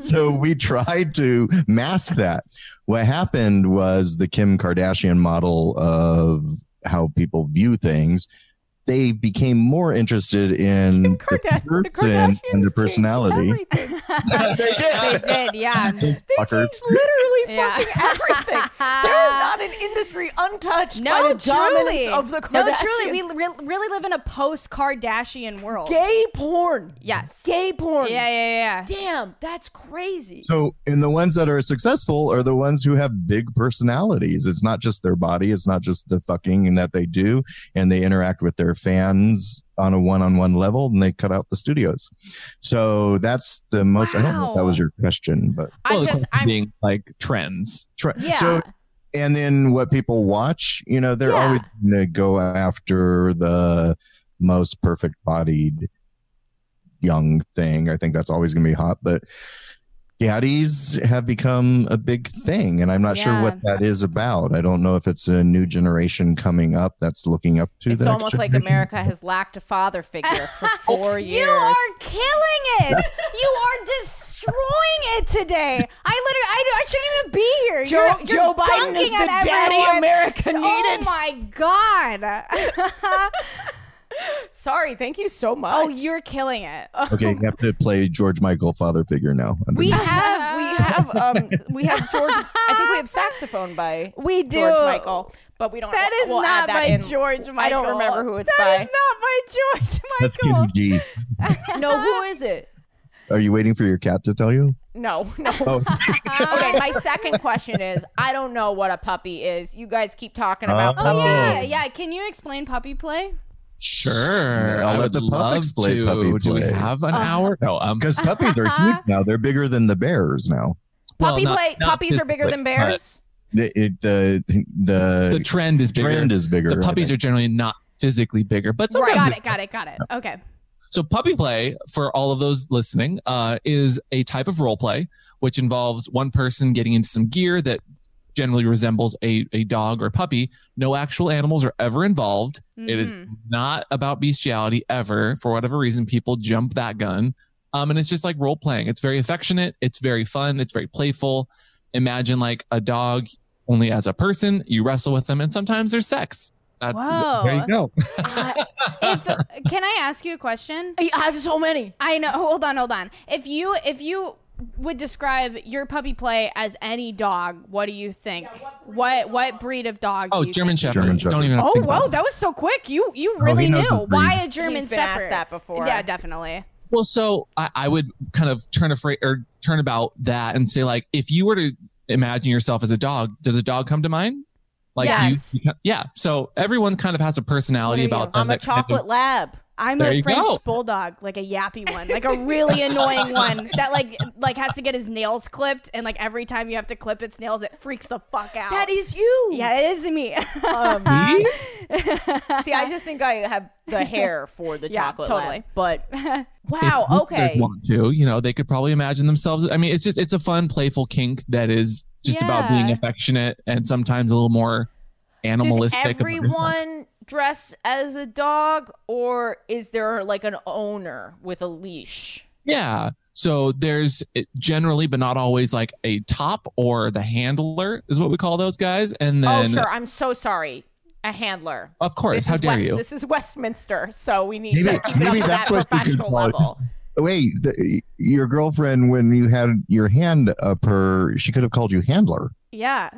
so we tried to mask that. What happened was the Kim Kardashian model of how people view things. They became more interested in the Karda- the person and Kardashians the changed personality. everything. they they did. did, yeah. They Fuckers. changed literally Yeah. fucking everything. There is not an industry untouched by No, the dominance truly. of the Kardashians. No, truly, we re- really live in a post-Kardashian world. gay porn. Yes. Gay porn. Yeah, yeah, yeah. Damn, that's crazy. So, and the ones that are successful are the ones who have big personalities. It's not just their body. It's not just the fucking that they do, and they interact with their fans on a one-on-one level, and they cut out the studios. So that's the most. I don't know if that was your question, but Well, I'm the just question I'm being like trends. try. Yeah. So, and then what people watch, you know, they're Yeah. always going to go after the most perfect-bodied young thing. I think that's always going to be hot, but daddies have become a big thing and i'm not sure what that is about i don't know if it's a new generation coming up that's looking up to it's that almost like America has lacked a father figure for four years. You are killing it. you are destroying it today. I literally, I, I shouldn't even be here. Joe, You're- you're Joe Biden dunking is the on Oh daddy everyone. America Oh needed. my god. Sorry. Thank you so much. Oh, you're killing it. Okay, you have to play George Michael father figure now. we underneath. have we have um we have George. I think we have saxophone by We do. George Michael, but we don't. That is we'll not add that by in. George Michael. I don't remember who it's That is by. not by That's George Michael. Easy G. No, who is it? Are you waiting for your cat to tell you? No, no. Oh, Okay, my second question is I don't know what a puppy is. You guys keep talking about Uh, Oh, puppies. Yeah, yeah. Can you explain puppy play? Sure. I'll I let would the puppets love play to. puppy Do we play. have an Uh-huh. Uh, hour? No, um, because puppies are huge now. They're bigger than the bears now. well, Puppy not- play not puppies are bigger than physically, bears. It, it- the the, but The trend is bigger. trend is bigger. the puppies are generally not physically bigger, but sometimes Got they're it. Got it. Got it. Okay. So puppy play, for all of those listening, uh, is a type of role play which involves one person getting into some gear that generally resembles a, a dog or puppy. No actual animals are ever involved. It is Mhm. not about bestiality ever. For whatever reason, people jump that gun. Um, and it's just like role playing. It's very affectionate. It's very fun. It's very playful. Imagine like a dog only as a person. You wrestle with them, and sometimes there's sex. That- Whoa. There you go. Uh, if, can I ask you a question? I have so many. I know. Hold on. Hold on. If you if you would describe your puppy play as any dog, what do you think? what what breed of dog? Oh, do you German Think? Shepherd. German Shepherd. Don't even. Have to Oh, think about whoa, it. that was so quick. You you really he knows knew his breed. why a German He's been Shepherd. asked that before. Yeah, definitely. Well, so I, I would kind of turn a fra- or turn about that and say like, if you were to imagine yourself as a dog, does a dog come to mind? Like do Yes. you, yeah. So everyone kind of has a personality What are you? about them. I'm a that kind of- chocolate lab. I'm There a you French go. bulldog, like a yappy one, like a really annoying one that like like has to get his nails clipped, and like every time you have to clip its nails, it freaks the fuck out. is you. Um, yeah, it is me. Me? See, I just think I have the hair for the Yeah, chocolate totally. lab. But if wow, listeners okay. Want to? You know, they could probably imagine themselves. I mean, it's just it's a fun, playful kink that is just about being Yeah. affectionate and sometimes a little more Does animalistic. of themselves. everyone dress as a dog, or is there like an owner with a leash? Yeah. So there's it- generally, but not always, like a top or the handler is what we call those guys, and then oh, sure. I'm so sorry. A handler. of course, This how is dare West- you? This is Westminster, so we need Maybe- to keep it maybe up to that's that what we could professional call it. level. Wait, the, your girlfriend when you had your hand up her, she could have called you handler yeah,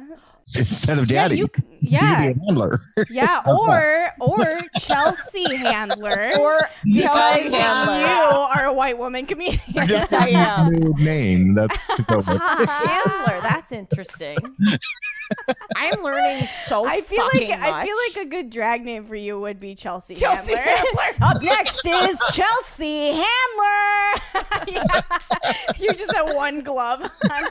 instead of daddy. Yeah, you, You c- could be yeah, a handler. yeah. Or or Chelsea Handler. Or Chelsea Because you Handler. are a white woman comedian. Yes, I am. New name. That's to go with. Handler. That's interesting. I'm learning so I feel like fucking I feel much. like a good drag name for you would be Chelsea, Chelsea Handler. Up next is Chelsea Handler. Yeah. You just have one glove, on,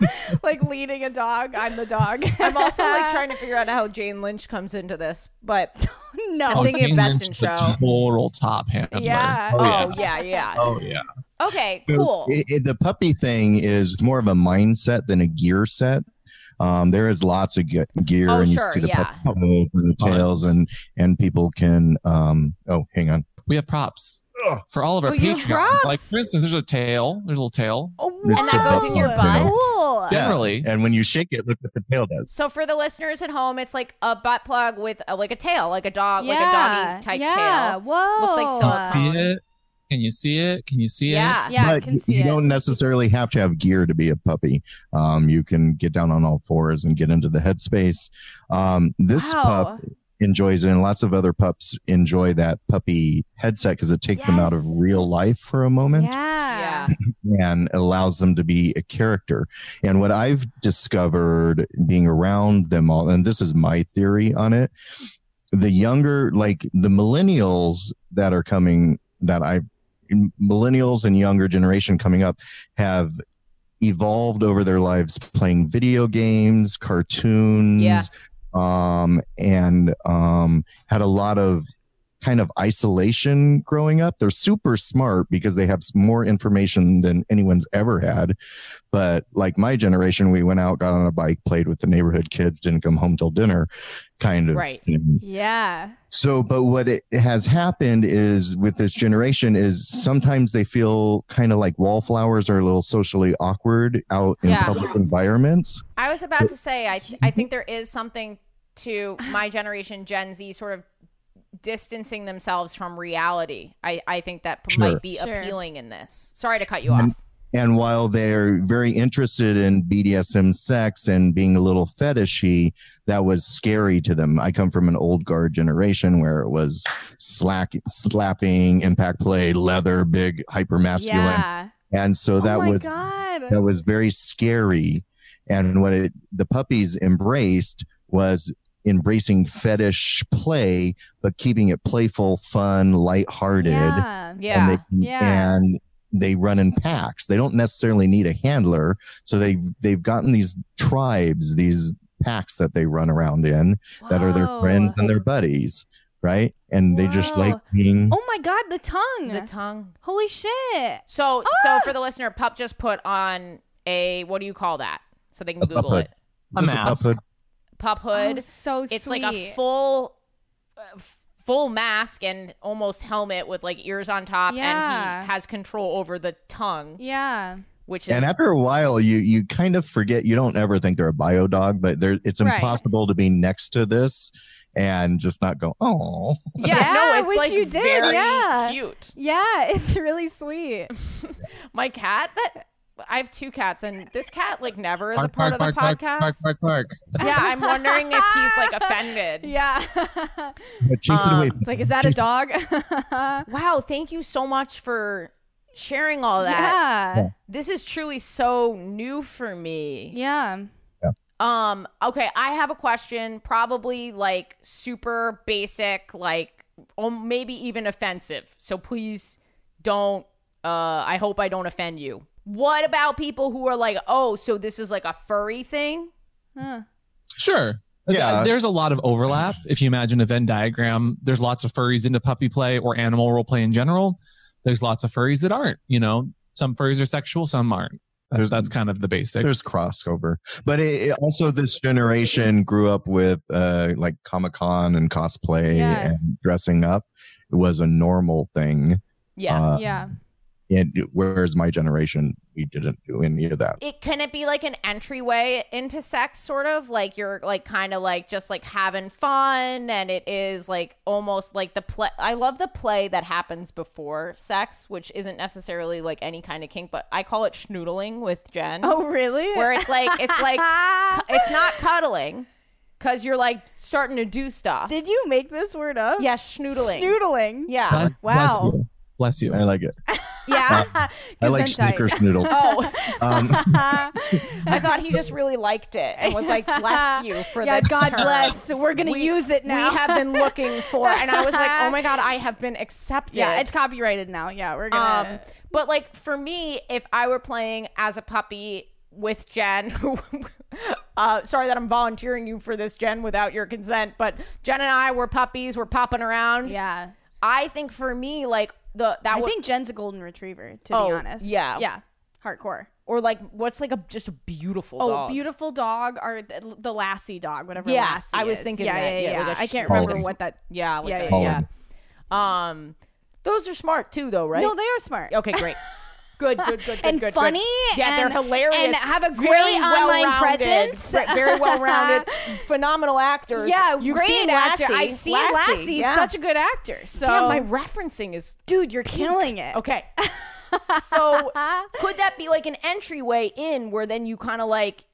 like leading a dog. I'm the dog. I'm also like trying to figure out how Jane Lynch comes into this, but Oh, no. thinking of Jane Best Lynch, in the Show. Total top handler. Yeah. Oh, yeah. oh yeah, yeah. Oh yeah. Okay, So cool. it- it- the puppy thing is more of a mindset than a gear set. Um, there is lots of ge- gear, Oh, and you sure, see the yeah. puppy tail, the tails, and and people can. Um, oh, hang on. We have props Ugh. for all of our Oh, you have Patreons. Like props? for instance, there's a tail. There's a little tail. Oh, It's And that a goes in your puppy butt? tail. Cool. Yeah. Generally. And when you shake it, look what the tail does. So for the listeners at home, it's like a butt plug with a, like a tail, like a dog, like a doggy type tail. Whoa. Looks like silicone. See it? Can you see it? Can you see Yeah. it? Yeah, I but can see you it. don't necessarily have to have gear to be a puppy. Um, you can get down on all fours and get into the headspace. Um, this Wow. pup enjoys it, and lots of other pups enjoy that puppy headset because it takes them out of Yes. real life for a moment Yeah. Yeah. and allows them to be a character. And what I've discovered being around them all, and this is my theory on it, the younger, like the millennials that are coming, that I, millennials and younger generation coming up have evolved over their lives playing video games, cartoons, Yeah. um, and um, had a lot of kind of isolation growing up. They're super smart because they have s- more information than anyone's ever had. But like my generation, we went out, got on a bike, played with the neighborhood kids, didn't come home till dinner, kind of Right. thing. Yeah. So, but what it has happened is with this generation is sometimes they feel kind of like wallflowers or a little socially awkward out in Yeah. public environments. I was about to say, I I think there is something to my generation, Gen Z, sort of distancing themselves from reality. I, I think that p- Sure. might be Sure. appealing in this. Sorry to cut you And- off. And while they're very interested in BDSM sex and being a little fetishy, that was scary to them. I come from an old guard generation where it was slack, slapping, impact play, leather, big, hyper masculine. Yeah. And so that oh my was god. that was very scary. And what it, the puppies embraced was embracing fetish play, but keeping it playful, fun, lighthearted. Yeah. Yeah. And they, Yeah. And they run in packs. They don't necessarily need a handler. So they've, they've gotten these tribes, these packs that they run around in that are their Whoa. friends and their buddies. Right. And they just like being, Oh my god, the tongue. The tongue. Holy shit. So Ah! so for the listener, Pup just put on a what do you call that? So they can A Google puppet. it. A Just a mask. puppet. Pup Oh, hood. so sweet. it's like a full uh, f- full mask and almost helmet with like ears on top Yeah. and he has control over the tongue, Yeah. which is And after a while, you you kind of forget. You don't ever think they're a bio dog, but there it's Right. impossible to be next to this and just not go. Oh, yeah, no, it's which like you did. very yeah. cute. Yeah, it's really sweet. My cat that I have two cats, and this cat like never is a Bark, part bark, of the bark, bark, podcast. bark, bark, bark. Yeah, I'm wondering if he's like offended. Yeah. but chase it away. Um, it's like, is that a dog? yeah. Wow, thank you so much for sharing all that. This is truly so new for me. Yeah. Um, okay, I have a question, probably like super basic, like or maybe even offensive. So please don't uh I hope I don't offend you. What about people who are like, "Oh, so this is like a furry thing?" Uh, Huh. Sure. Yeah. There's a lot of overlap. If you imagine a Venn diagram, there's lots of furries into puppy play or animal role play in general. There's lots of furries that aren't, you know, some furries are sexual, some aren't. There's, that's kind of the basic. There's crossover, but it, it- also this generation grew up with uh, like Comic Con and cosplay Yeah. and dressing up. It was a normal thing. Yeah. Uh, yeah. mm-hmm. And whereas my generation, we didn't do any of that. it can it be like an entryway into sex sort of like you're like kind of like just like having fun and it is like almost like the play i love the play that happens before sex which isn't necessarily like any kind of kink but i call it schnoodling with jen Oh, really? where it's like it's like it's not cuddling because you're like starting to do stuff Did you make this word up? yeah schnoodling Snoodling. yeah Bless- bless Wow. you. Bless you. I like it. yeah I like sneaker noodles. oh Um, i thought he just really liked it and was like bless you for yeah, this God term. bless. We're gonna We- use it now. we have been looking for and i was like oh my god i have been accepted yeah, it's copyrighted now. Yeah, we're um gonna. but like for me if i were playing as a puppy with jen who uh sorry that i'm volunteering you for this jen without your consent but jen and i were puppies we're popping around yeah, i think for me like the that I would think Jen's a golden retriever. To Oh, be honest. yeah. Yeah. Hardcore. or like what's like a just a beautiful Oh, dog. beautiful dog or the, the lassie dog, whatever. Yeah, lassie I was is. thinking yeah, that. Yeah, yeah, Yeah, yeah. like a I can't Shetland. remember what that. yeah like Yeah, a- yeah, yeah, um those are smart too though right No, they are smart. okay great good good good good and good, good. funny. Yeah, and, they're hilarious And have a great Very online well-rounded. presence. Ve- Very well rounded, phenomenal actors. yeah, You've great seen actor. Lassie. I've seen Lassie. yeah. Such a good actor. So, Damn, my referencing is dude, you're killing it. okay. so could that be like an entryway in where then you kind of like,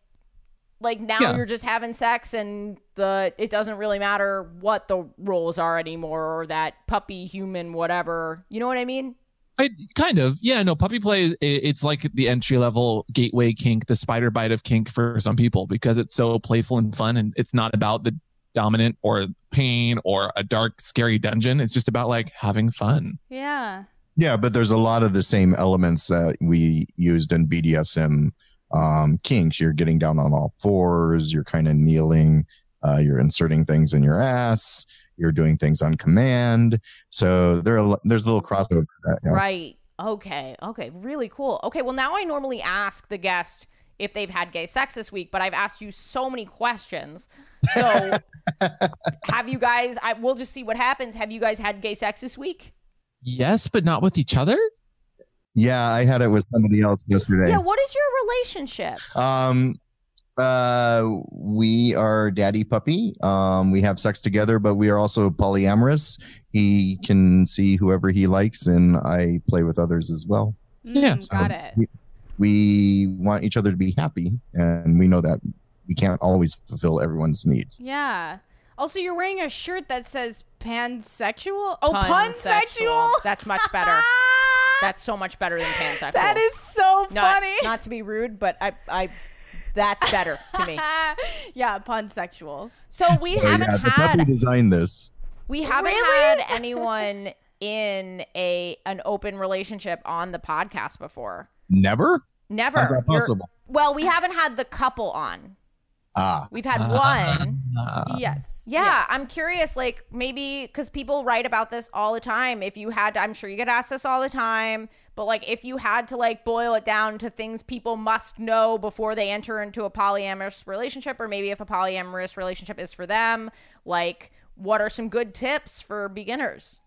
like now Yeah. you're just having sex and the it doesn't really matter what the roles are anymore or that puppy human whatever you know what I mean? I, kind of. Yeah, no, puppy play, is- i- it's like the entry level gateway kink, the spider bite of kink for some people because it's so playful and fun and it's not about the dominant or pain or a dark, scary dungeon. It's just about like having fun. Yeah. Yeah, but there's a lot of the same elements that we used in BDSM um, kinks. You're getting down on all fours. You're kind of kneeling. Uh, you're inserting things in your ass. You're doing things on command. So there, are, there's a little crossover. That, yeah. Right. Okay. Okay. Really cool. Okay. Well, now I normally ask the guest if they've had gay sex this week, but I've asked you so many questions. So, have you guys? I we'll just see what happens. Have you guys had gay sex this week? Yes, but not with each other. Yeah, I had it with somebody else yesterday. Yeah. What is your relationship? Um, uh, we are daddy puppy. Um, we have sex together, but we are also polyamorous, he can see whoever he likes, and I play with others as well. Yeah, Um, Mm, got it. We want each other to be happy, and we know that we can't always fulfill everyone's needs. Yeah. Also, you're wearing a shirt that says pansexual. Oh, Pansexual. pansexual. That's much better. That's so much better than pansexual. That is so not, funny. Not to be rude, but I, I, that's better to me. yeah, pansexual. So we So, haven't yeah, the puppy had designed this. we haven't Really? had anyone in a an open relationship on the podcast before. Never? Never. How's that You're- possible? Well, we haven't had the couple on. Ah, We've had Ah. one. Uh, yes. Yeah, I'm curious. Like maybe because people write about this all the time. If you had, I'm sure you get asked this all the time. But like, if you had to like boil it down to things people must know before they enter into a polyamorous relationship, or maybe if a polyamorous relationship is for them, like what are some good tips for beginners?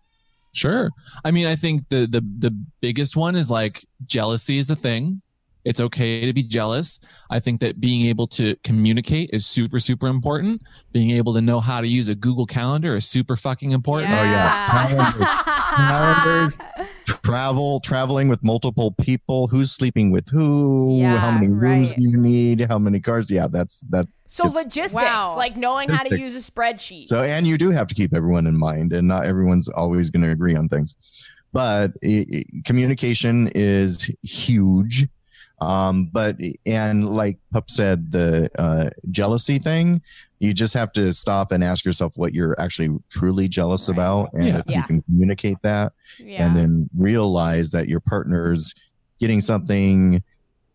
Sure. I mean, I think the the the biggest one is like jealousy is a thing. It's okay to be jealous. I think that being able to communicate is super super important. Being able to know how to use a Google Calendar is super fucking important. Oh, Oh, Yeah. Calendars. travel, traveling with multiple people, who's sleeping with who, Yeah, how many rooms right. do you need, how many cars. Yeah, that's that. So It's- logistics, Wow. like knowing how to Perfect. use a spreadsheet. So, and you do have to keep everyone in mind, and not everyone's always going to agree on things. But i i communication is huge. Um, but and like Pup said, the uh, jealousy thing, you just have to stop and ask yourself what you're actually truly jealous Right. about, and Yeah. if Yeah. you can communicate that. Yeah. and then realize that your partner's getting something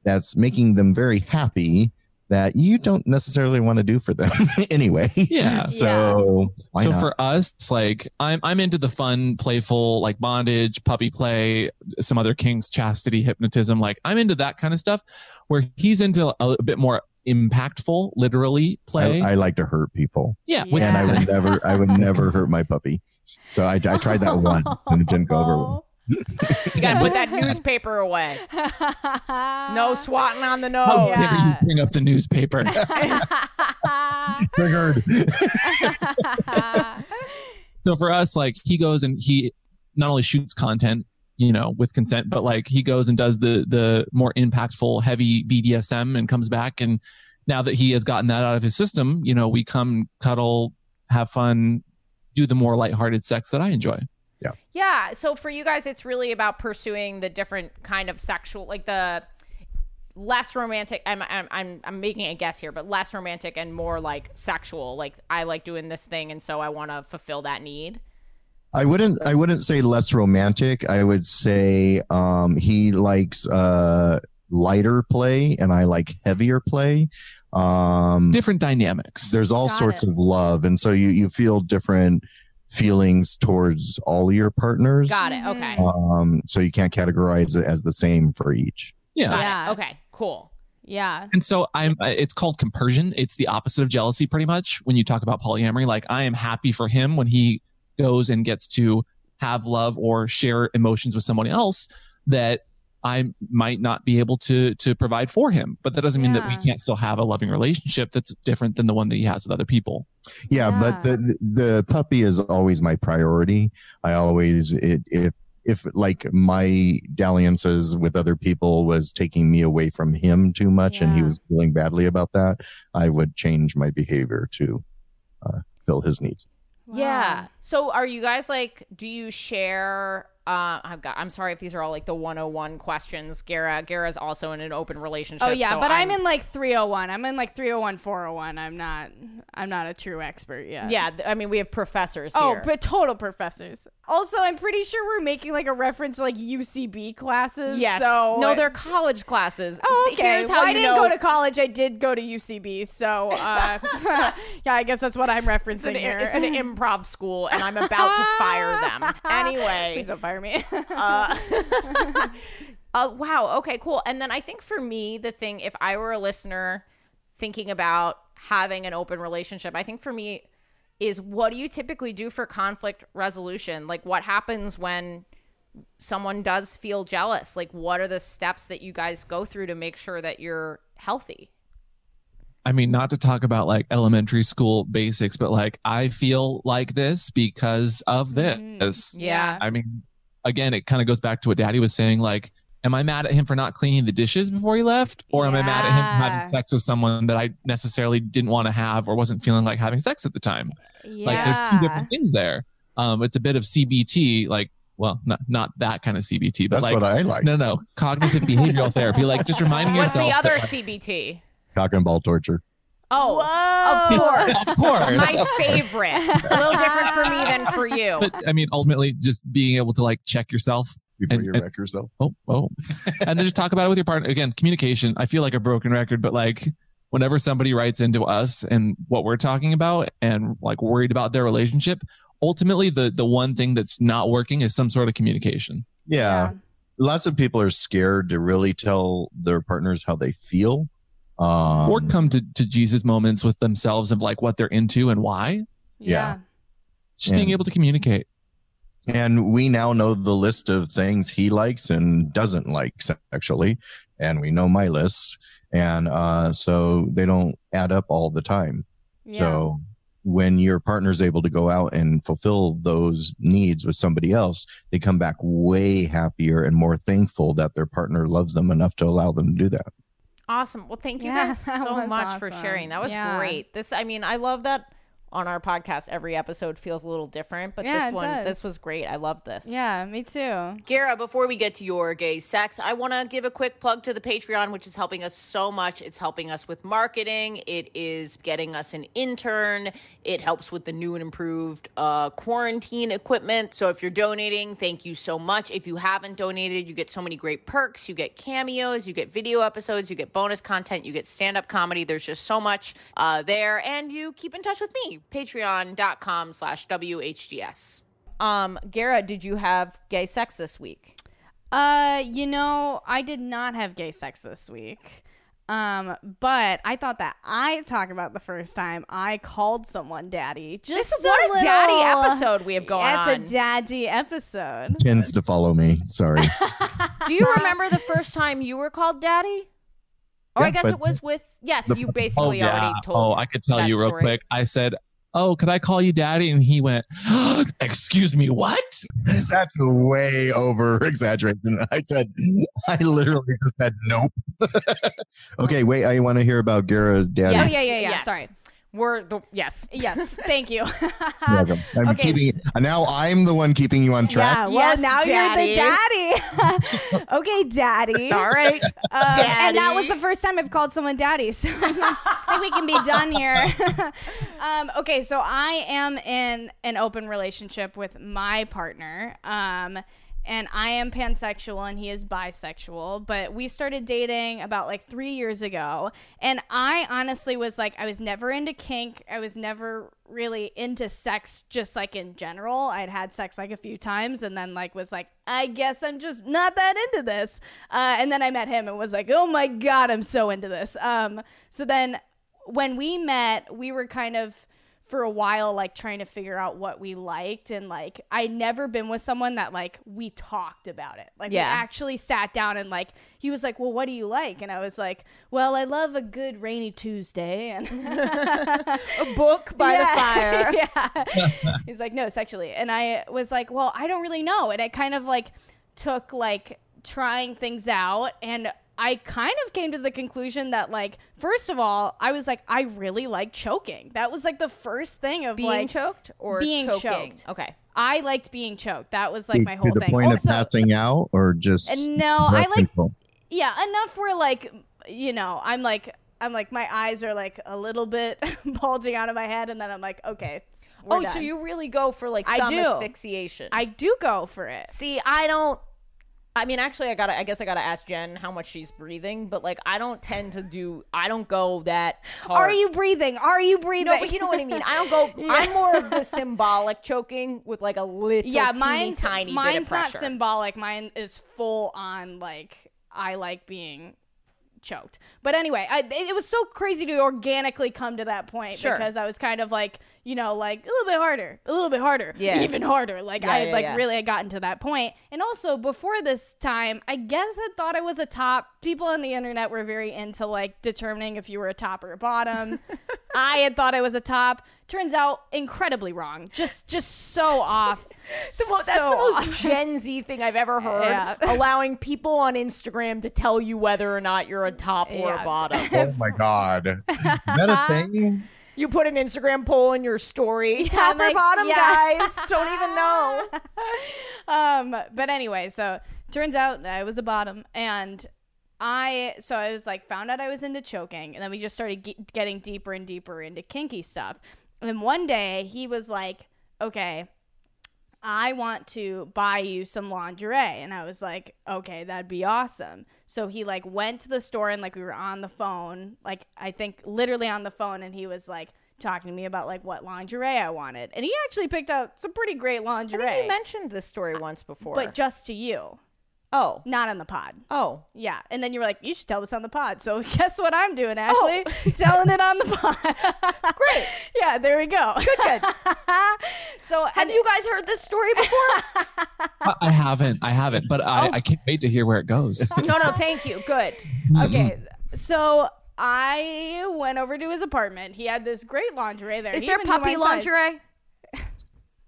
that's making them very happy that you don't necessarily want to do for them anyway. Yeah. So why so not? for us, it's like I'm I'm into the fun, playful, like bondage, puppy play, some other kinks, chastity, hypnotism. Like I'm into that kind of stuff. Where he's into a, a bit more impactful, literally play. I, I like to hurt people, yeah, With and I consent. would never, I would never hurt my puppy. So I, I tried that once and it didn't go over well. you gotta put that newspaper away. No swatting on the Oh, nose. How Uh, yeah. dare you bring up the newspaper? Triggered. so for us, like he goes and he not only shoots content, you know, with consent, but like he goes and does the the more impactful, heavy BDSM and comes back and now that he has gotten that out of his system, you know, we come cuddle, have fun, do the more lighthearted sex that I enjoy. Yeah. So for you guys, it's really about pursuing the different kind of sexual, like the less romantic. I'm I'm I'm, I'm making a guess here, but less romantic and more like sexual. Like I like doing this thing, and so I want to fulfill that need. I wouldn't I wouldn't say less romantic. I would say um he likes uh lighter play and I like heavier play. Um Different dynamics. there's all Got sorts it. of love and so you you feel different feelings towards all your partners. Got it. Mhm. Okay. Um so you can't categorize it as the same for each. Yeah. Got it. Yeah. Okay. Cool. yeah. And so I'm it's called compersion. It's the opposite of jealousy pretty much when you talk about polyamory. Like I am happy for him when he goes and gets to have love or share emotions with someone else that I might not be able to to provide for him. But that doesn't mean that we Yeah. can't still have a loving relationship that's different than the one that he has with other people. Yeah, but Yeah. the the puppy is always my priority. I always it, if if like my dalliances with other people was taking me away from him too much and he Yeah. was feeling badly about that, I would change my behavior to uh, fill his needs. Yeah. So are you guys like? Do you share? Uh, I've got, I'm sorry if these are all like the 101 questions. Gara, Gara's also in an open relationship. Oh yeah, so but I'm, in like 301. I'm in like 301, 401. I'm not. I'm not a true expert yet. Yeah, th- I mean we have professors. Oh, here. but total professors. Also, I'm pretty sure we're making like a reference to like UCB classes. Yes. So no, they're college classes. Oh, okay. Here's how Well, I you didn't know- go to college. I did go to UCB. So, uh, yeah, I guess that's what I'm referencing it's an, here. it's an improv school, and I'm about to fire them. Anyway, Please don't fire me. uh, uh, wow. Okay, cool. And then I think for me, the thing, if I were a listener thinking about having an open relationship, I think for me is what do you typically do for conflict resolution? Like, what happens when someone does feel jealous? Like, what are the steps that you guys go through to make sure that you're healthy? I mean, not to talk about like elementary school basics, but like I feel like this because of this. Mhm. Yeah. I mean, again, it kind of goes back to what Daddy was saying. Like, am I mad at him for not cleaning the dishes before he left, or am I mad at him for Yeah. having sex with someone that I necessarily didn't want to have or wasn't feeling like having sex at the time? Yeah. Like, there's two different things there. Um, it's a bit of CBT, like, well, not not that kind of CBT, but That's like, what I like. no, no, cognitive behavioral therapy, like just reminding What's yourself. the other that, CBT? Cock and ball torture. Oh, Whoa. of course. of course. My favorite. A little different for me than for you. but I mean, ultimately, just being able to like check yourself. Before And- you and- wreck yourself. Oh, oh, and then just talk about it with your partner. Again, communication. I feel like a broken record, but like whenever somebody writes into us and what we're talking about and like worried about their relationship, ultimately the the one thing that's not working is some sort of communication. yeah. lots of people are scared to really tell their partners how they feel. Um, or come to, to Jesus moments with themselves of like what they're into and why. Yeah. Just being And- able to communicate. and we now know the list of things he likes and doesn't like sexually, and we know my list, and uh, so they don't add up all the time. So when your partner's able to go out and fulfill those needs with somebody else, they come back way happier and more thankful that their partner loves them enough to allow them to do that. Awesome. Well, thank you Yeah, guys that so was much for awesome. sharing. That was Yeah. great. This, I mean, I love that on our podcast. Every episode feels a little different, but Yeah, this it one, does. this was great. I love this. Yeah, me too. Gara, before we get to your gay sex, I want to give a quick plug to the Patreon, which is helping us so much. It's helping us with marketing, it is getting us an intern, it helps with the new and improved uh, quarantine equipment. So if you're donating, thank you so much. If you haven't donated, you get so many great perks. You get cameos, you get video episodes, you get bonus content, you get stand up comedy. There's just so much uh, there. And you keep in touch with me, patreon.com slash WHDS. Um, Gara, did you have gay sex this week? Uh, you know, I did not have gay sex this week. Um, but I thought that I talk about the first time I called someone daddy. Just This is what a little- daddy episode we have going That's on. a daddy episode. Tends to follow me. Sorry. Do you remember the first time you were called daddy? Or I Yeah, guess but it was with yes, you basically Oh, yeah. already told. oh, I could tell that you real story. quick. I said, Oh, could I call you daddy? And he went, Excuse me, what? That's a way over exaggeration. I said, I literally just said nope. okay, wait. I want to hear about Gara's daddy. Yes, Oh, yeah, yeah, yeah, yes. sorry. We're the yes. Yes, thank you. You're welcome. I'm okay, keeping now. I'm the one keeping you on track. Yeah, well, Yes, now you're the daddy. okay, daddy. All right. Um, And that Daddy. was the first time I've called someone daddy. So I think we can be done here. um, okay, so I am in an open relationship with my partner. Um, and I am pansexual and he is bisexual, but we started dating about like three years ago. And I honestly was like, I was never into kink. I was never really into sex, just like in general. I'd had sex like a few times and then like was like, I guess I'm just not that into this. Uh, and then I met him and was like, oh my God, I'm so into this. Um, so then when we met, we were kind of for a while like trying to figure out what we liked and like I never been with someone that like we talked about it. Like Yeah. we actually sat down and like he was like, "Well, what do you like?" and I was like, "Well, I love a good rainy Tuesday." And A book by Yeah. the fire. yeah. He's like, no, sexually. And I was like, well, I don't really know. And I kind of like took like trying things out and I kind of came to the conclusion that like first of all, I was like, I really like choking. That was like the first thing of Being like choked or being choking? choked. Okay. I liked being choked. That was like my to whole the thing. point of Also- passing out, or just and no, I breath like control? yeah enough where like you know i'm like i'm like my eyes are like a little bit bulging out of my head and then i'm like okay we're oh, so done. you really go for like I some do. asphyxiation. i do go for it See, I don't. I mean, actually, I gotta. I guess I gotta ask Jen how much she's breathing. But like, I don't tend to do. I don't go that. Hard. are you breathing are you breathing No, but you know what I mean. I don't go. I'm more of the symbolic choking with like a little, yeah teeny, mine's tiny mine's bit of not pressure. symbolic mine is full on like i like being choked. But anyway, I, it, it was so crazy to organically come to that point Sure. because I was kind of like, you know, like a little bit harder, a little bit harder, Yeah. even harder. Like Yeah, I had yeah, like yeah. really had gotten to that point. And also before this time, I guess I thought I was a top. People on the internet were very into like determining if you were a top or a bottom. I had thought I was a top. Turns out incredibly wrong. Just just so off. Well, So that's the most off. Gen Z thing I've ever heard. Yeah. Allowing people on Instagram to tell you whether or not you're a top or a Yeah. bottom. Oh my god, is that a thing? You put an Instagram poll in your story. top or like, bottom, yeah. guys. Don't even know. um, but anyway, so turns out I was a bottom, and I so I was like found out I was into choking, and then we just started ge- getting deeper and deeper into kinky stuff. And then one day he was like, "Okay, I want to buy you some lingerie. And I was like, okay, that'd be awesome. So he like went to the store and like we were on the phone, like I think literally on the phone, and he was like talking to me about like what lingerie I wanted. And he actually picked out some pretty great I think lingerie, you mentioned this story once before. but just to you, oh, not on the pod. oh, Yeah. And then you were like, you should tell this on the pod. So guess what I'm doing, Oh. Ashley? Telling it on the pod. Great. yeah, there we go. Good, good. so have you guys heard this story before? I, I haven't. I haven't. But I, Oh. I can't wait to hear where it goes. no, no, thank you. Good. Okay, so I went over to his apartment. He had this great lingerie there. Is He there even knew puppy my size. lingerie?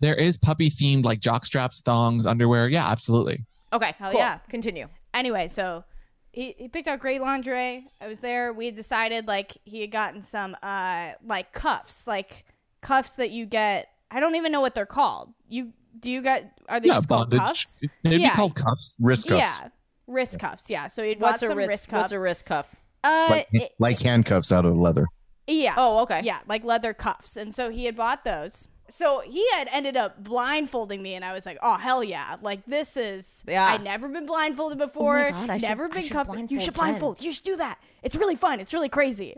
There is puppy themed like jock straps, thongs, underwear. Yeah, absolutely. Okay, Hell cool. yeah. Continue. Anyway, so he, he picked out great lingerie. I was there. We had decided like he had gotten some uh like cuffs, like cuffs that you get. I don't even know what they're called. You do you get are they Yeah, just called bondage. cuffs? It'd Yeah. be called cuffs. Wrist cuffs, Yeah, wrist cuffs. Yeah, so you'd bought What's a some wrist, wrist, cuff. What's a wrist cuff? uh, like, it- like handcuffs out of leather. yeah. Oh, okay. Yeah, like leather cuffs. And so he had bought those. So he had ended up blindfolding me, and I was like, "Oh hell yeah! Like this is Yeah. Oh I'd never been blindfolded before. God, I should- never I been should cuffed. You should blindfold Ben. blindfold. You should do that. It's really fun. It's really crazy.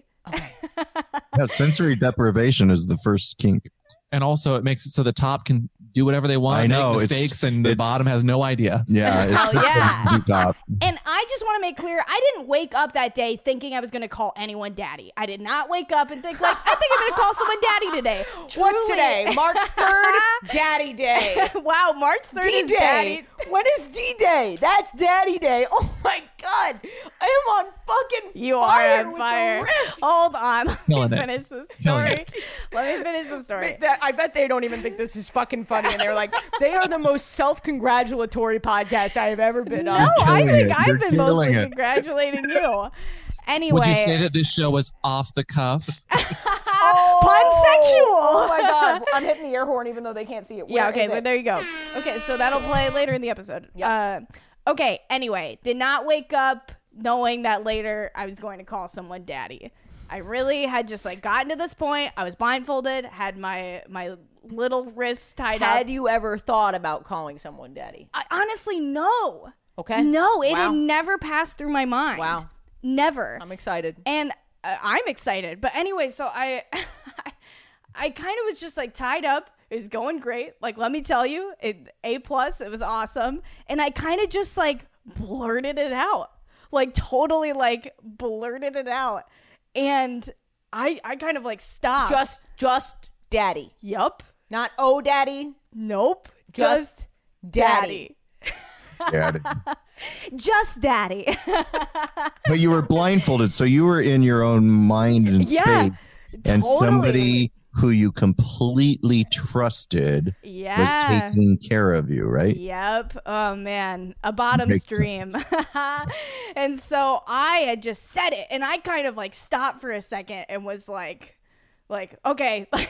Yeah, sensory deprivation is the first kink. And also, it makes it so the top can do whatever they want, I know, make it's- mistakes, and the it's- bottom has no idea. Yeah, it's Hell yeah. the top. And I just want to make clear, I didn't wake up that day thinking I was going to call anyone daddy. I did not wake up and think like I think I'm going to call someone daddy today. What's Truly- today? March 3rd, Daddy Day. wow, March third D is daddy. Day. When is D Day? That's Daddy Day. Oh my God. I am on fucking You fire are with on the fire. riffs. Hold on. Let me Killing it. finish this Killing story. Let me finish the story. That- I bet they don't even think this is fucking funny. And they're like, they are the most self congratulatory podcast I have ever been No, on. I killing think it. I've You're been mostly killing it. congratulating you. Anyway, Would you say that this show was off the cuff? Oh pansexual. my God. I'm hitting the air horn even though they can't see it. Where yeah, okay, is well, it? there you go. Okay, so that'll play later in the episode. Yeah. Uh, okay, anyway, did not wake up knowing that later I was going to call someone daddy. I really had just like gotten to this point. I was blindfolded, had my my little wrists tied up. Had you ever thought about calling someone daddy? I, honestly, no. Okay. No, it Eh, Wow. had never passed through my mind. Wow. Never. I'm excited. and uh, I'm excited. But anyway, so I, I, kind of was just like tied up. It was going great. Like, let me tell you, it a plus. It was awesome. And I kind of just like blurted it out, like totally like blurted it out. And I, I kind of like stopped. Just, just daddy. yup. Not oh daddy. Nope. Just, daddy. Yeah, it- Just daddy. but you were blindfolded, so you were in your own mind and Yeah, space, and totally. somebody who you completely trusted was yeah. taking care of you, right? Yep. Oh man, a bottom's Makes dream. and so I had just said it, and I kind of like stopped for a second and was like, like okay, like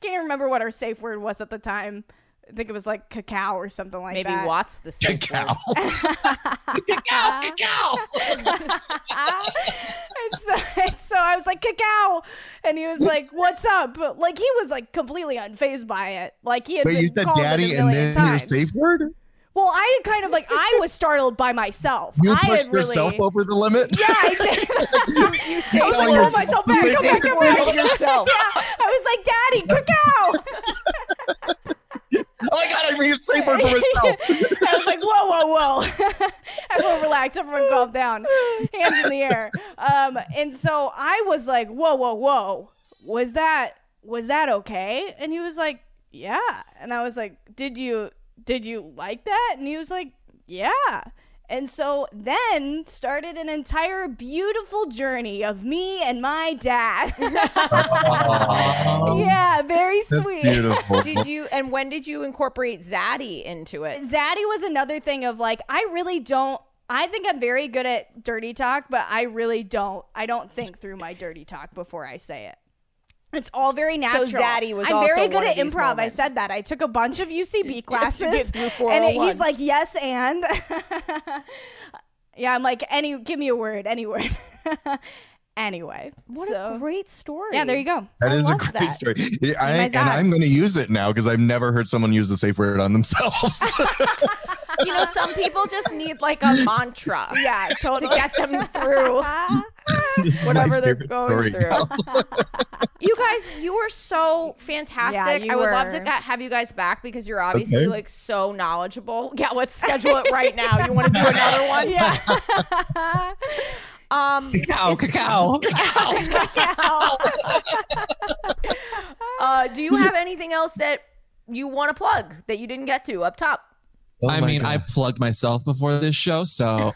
can't even remember what our safe word was at the time. I think it was like cacao or something like Maybe that. Watts the safe Cacao. word. cacao, cacao. and so, and so I was like, cacao. And he was like, what's up? But, Like, he was like completely unfazed by it. Like, he had But been you said called it a daddy and million then your times. safe word? Well, I had kind of like, I was startled by myself. You I pushed had really. yourself over the limit? Yeah, I did. You say I was like, You're- hold myself back. you're Oh Come back, saying come back. word yourself. I was like, Daddy, cacao. Oh my God, I made a safe word for myself. I was like, whoa, whoa, whoa. Everyone relax. Everyone calm down. Hands in the air. Um, and so I was like, whoa, whoa, whoa. Was that was that okay? And he was like, yeah. And I was like, did you did you like that? And he was like, yeah. And so then started an entire beautiful journey of me and my dad. yeah, very Oh, That's sweet. beautiful. Did you and when did you incorporate Zaddy into it? Zaddy was another thing of like, I really don't. I think I'm very good at dirty talk, but I really don't. I don't think through my dirty talk before I say it. It's all very natural. Zaddy was I'm also very good one of at these improv. moments. I said that. I took a bunch of UCB classes, you did through and it- 401. he's like, "Yes, and." yeah, I'm like, "Any, give me a word, any word." anyway, What so a great story. yeah, there you go. That I is a love great that. story. I, my and God. I'm going to use it now because I've never heard someone use the safe word on themselves. You know, some people just need like a mantra Yeah, to totally. get them through This is my whatever they're favorite going story through. now. you guys, you were so fantastic. Yeah, you I would love to were. ca- have you guys back because you're obviously Okay. like so knowledgeable. Yeah, let's schedule it right now. You want to do another one? yeah. Um, Cacao, cacao. uh, do you have anything else that you want to plug that you didn't get to up top? Oh I my mean, I God. plugged myself before this show. So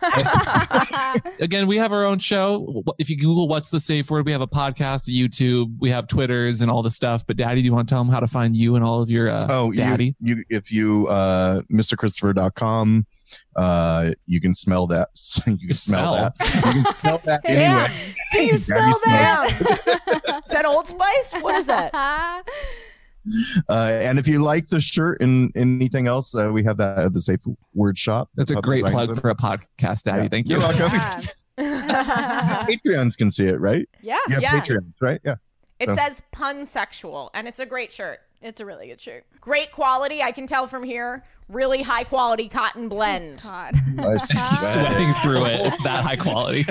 again, we have our own show. If you Google what's the safe word, we have a podcast, YouTube, we have Twitters and all the stuff. But Daddy, do you want to tell them how to find you and all of your uh, oh, Daddy? You, you, if you, uh, MrChristopher.com, uh, you can smell that. you can smell, Smell. that. You can smell that Damn. anyway. Do you smell smells- that? Damn. is that Old Spice? What is that? Uh, and if you like the shirt and anything else, uh, we have that at the Safe Word Shop. That's a Pub great Design plug Center. for a podcast, Daddy. Yeah. Thank you. You're welcome. it Patreons can see it, right? yeah, You have Uh-huh. Yeah. Patreons, right? Yeah. So- says pun sexual, and it's a great shirt. it's a really good shirt. Great quality, I can tell from here. Really high quality cotton blend. God. Uh-huh. Nice. Sweating through it. It's that high quality.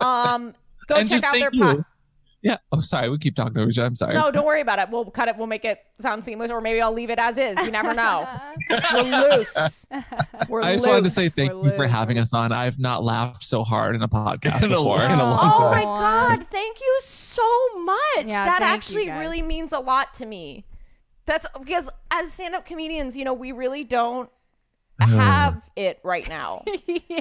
Um, go And check just out their thank podcast. you. Yeah. Oh, sorry. We keep talking over each other. I'm sorry. No, don't worry about it. We'll cut it. We'll make it sound seamless, or maybe I'll leave it as is. You never know. We're loose. We're I just wanted to loose. say thank We're you for loose. having us on. I've not laughed so hard in a podcast In a- before. in a long Oh time. my god! Thank you so much. Yeah, that thank you actually guys. really means a lot to me. That's because as stand-up comedians, you know, we really don't Uh-huh. have it right now. yeah.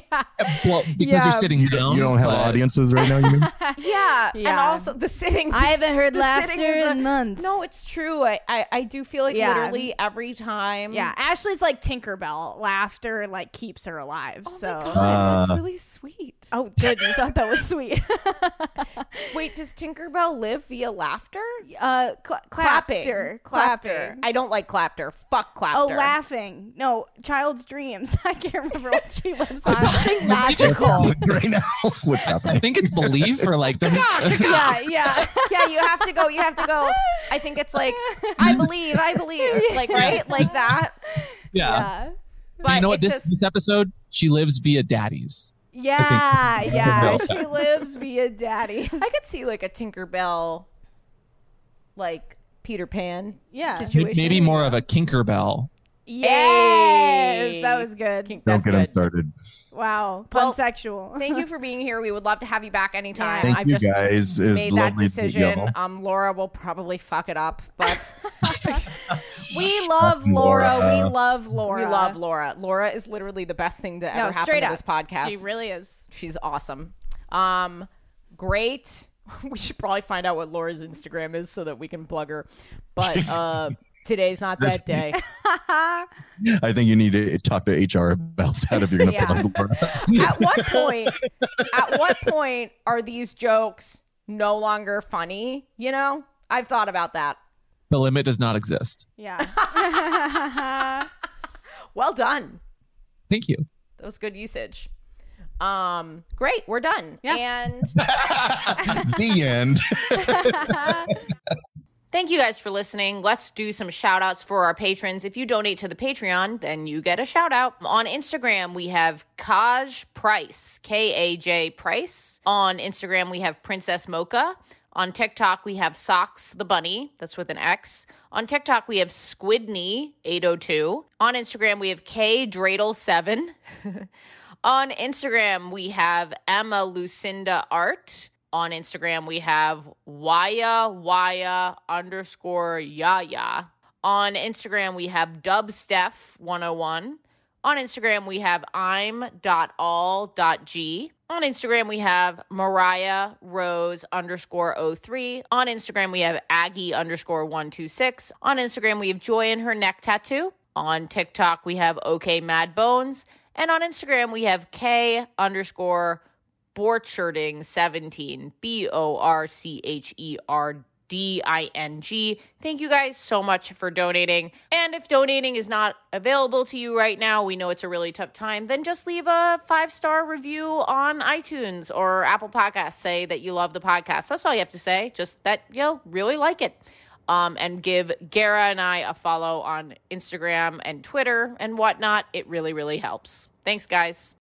Well, because Yeah. you're sitting You down. don't, you don't have but- audiences right now, you mean? yeah, and Yeah. also the sitting. I haven't heard The laughter sitting was a- in months. no, it's true. I, I I do feel like Yeah. literally every time. yeah. Ashley's like Tinkerbell. Laughter like keeps her alive. Oh so. my god, Uh, that's really sweet. Oh, good. You thought that was sweet. Wait, does Tinkerbell live via laughter? uh, cl- Clapping. clapter, Clapter. clapter. I don't like clapter. Fuck clapter. Oh, laughing. No, child's dreams. I can't remember what she lives on. Something magical. right now, what's I happening? think it's belief or like the yeah, yeah. yeah, you have to go. You have to go. I think it's like I believe, I believe, like right, like that. yeah. Yeah. But you know what? it This just, this episode, she lives via daddies. Yeah, yeah. Tinkerbell. She lives via daddy. I could see like a Tinkerbell, like Peter Pan. Yeah. M- situation. Maybe more of a Kinkerbell. Yes, Hey. that was good. Don't That's get good. them started. Wow, Well, pansexual. Thank you for being here. We would love to have you back anytime. Yeah. Thank I've you just guys. It was made that lovely to meet decision. y'all. Um, Laura will probably fuck it up, but we love Laura. Laura. We love Laura. we love Laura. Laura is literally the best thing to No, ever happen straight to up. this podcast. She really is. She's awesome. Um, great. We should probably find out what Laura's Instagram is so that we can plug her. But uh, today's not that day. I think you need to talk to HR about that if you're going to Yeah. plug Laura. At what point? At what point are these jokes no longer funny? You know, I've thought about that. The limit does not exist. Yeah. Well done. Thank you. That was good usage. Um, great. We're done. Yeah. And the end. Thank you guys for listening. Let's do some shout outs for our patrons. If you donate to the Patreon, then you get a shout out. On Instagram, we have Kaj Price, K A J Price. On Instagram, we have Princess Mocha. On TikTok, we have Socks the Bunny. That's with an X. On TikTok, we have Squidney802. On Instagram, we have K Dreidel7. On Instagram, we have Emma Lucinda Art. On Instagram, we have Waya Waya underscore Yaya. On Instagram, we have Dubsteph101. On Instagram, we have I'm.all.g. On Instagram, we have Mariah Rose underscore 03. On Instagram, we have Aggie underscore 126. On Instagram, we have Joy in her neck tattoo. On TikTok, we have OK Mad Bones. And on Instagram, we have K underscore Borcherding 17. B O R C H E R D I N G. Thank you guys so much for donating. And if donating is not available to you right now, we know it's a really tough time, then just leave a five star review on iTunes or Apple Podcasts. Say that you love the podcast. That's all you have to say. Just that you really like it. Um, and give Gara and I a follow on Instagram and Twitter and whatnot. It really, really helps. Thanks, guys.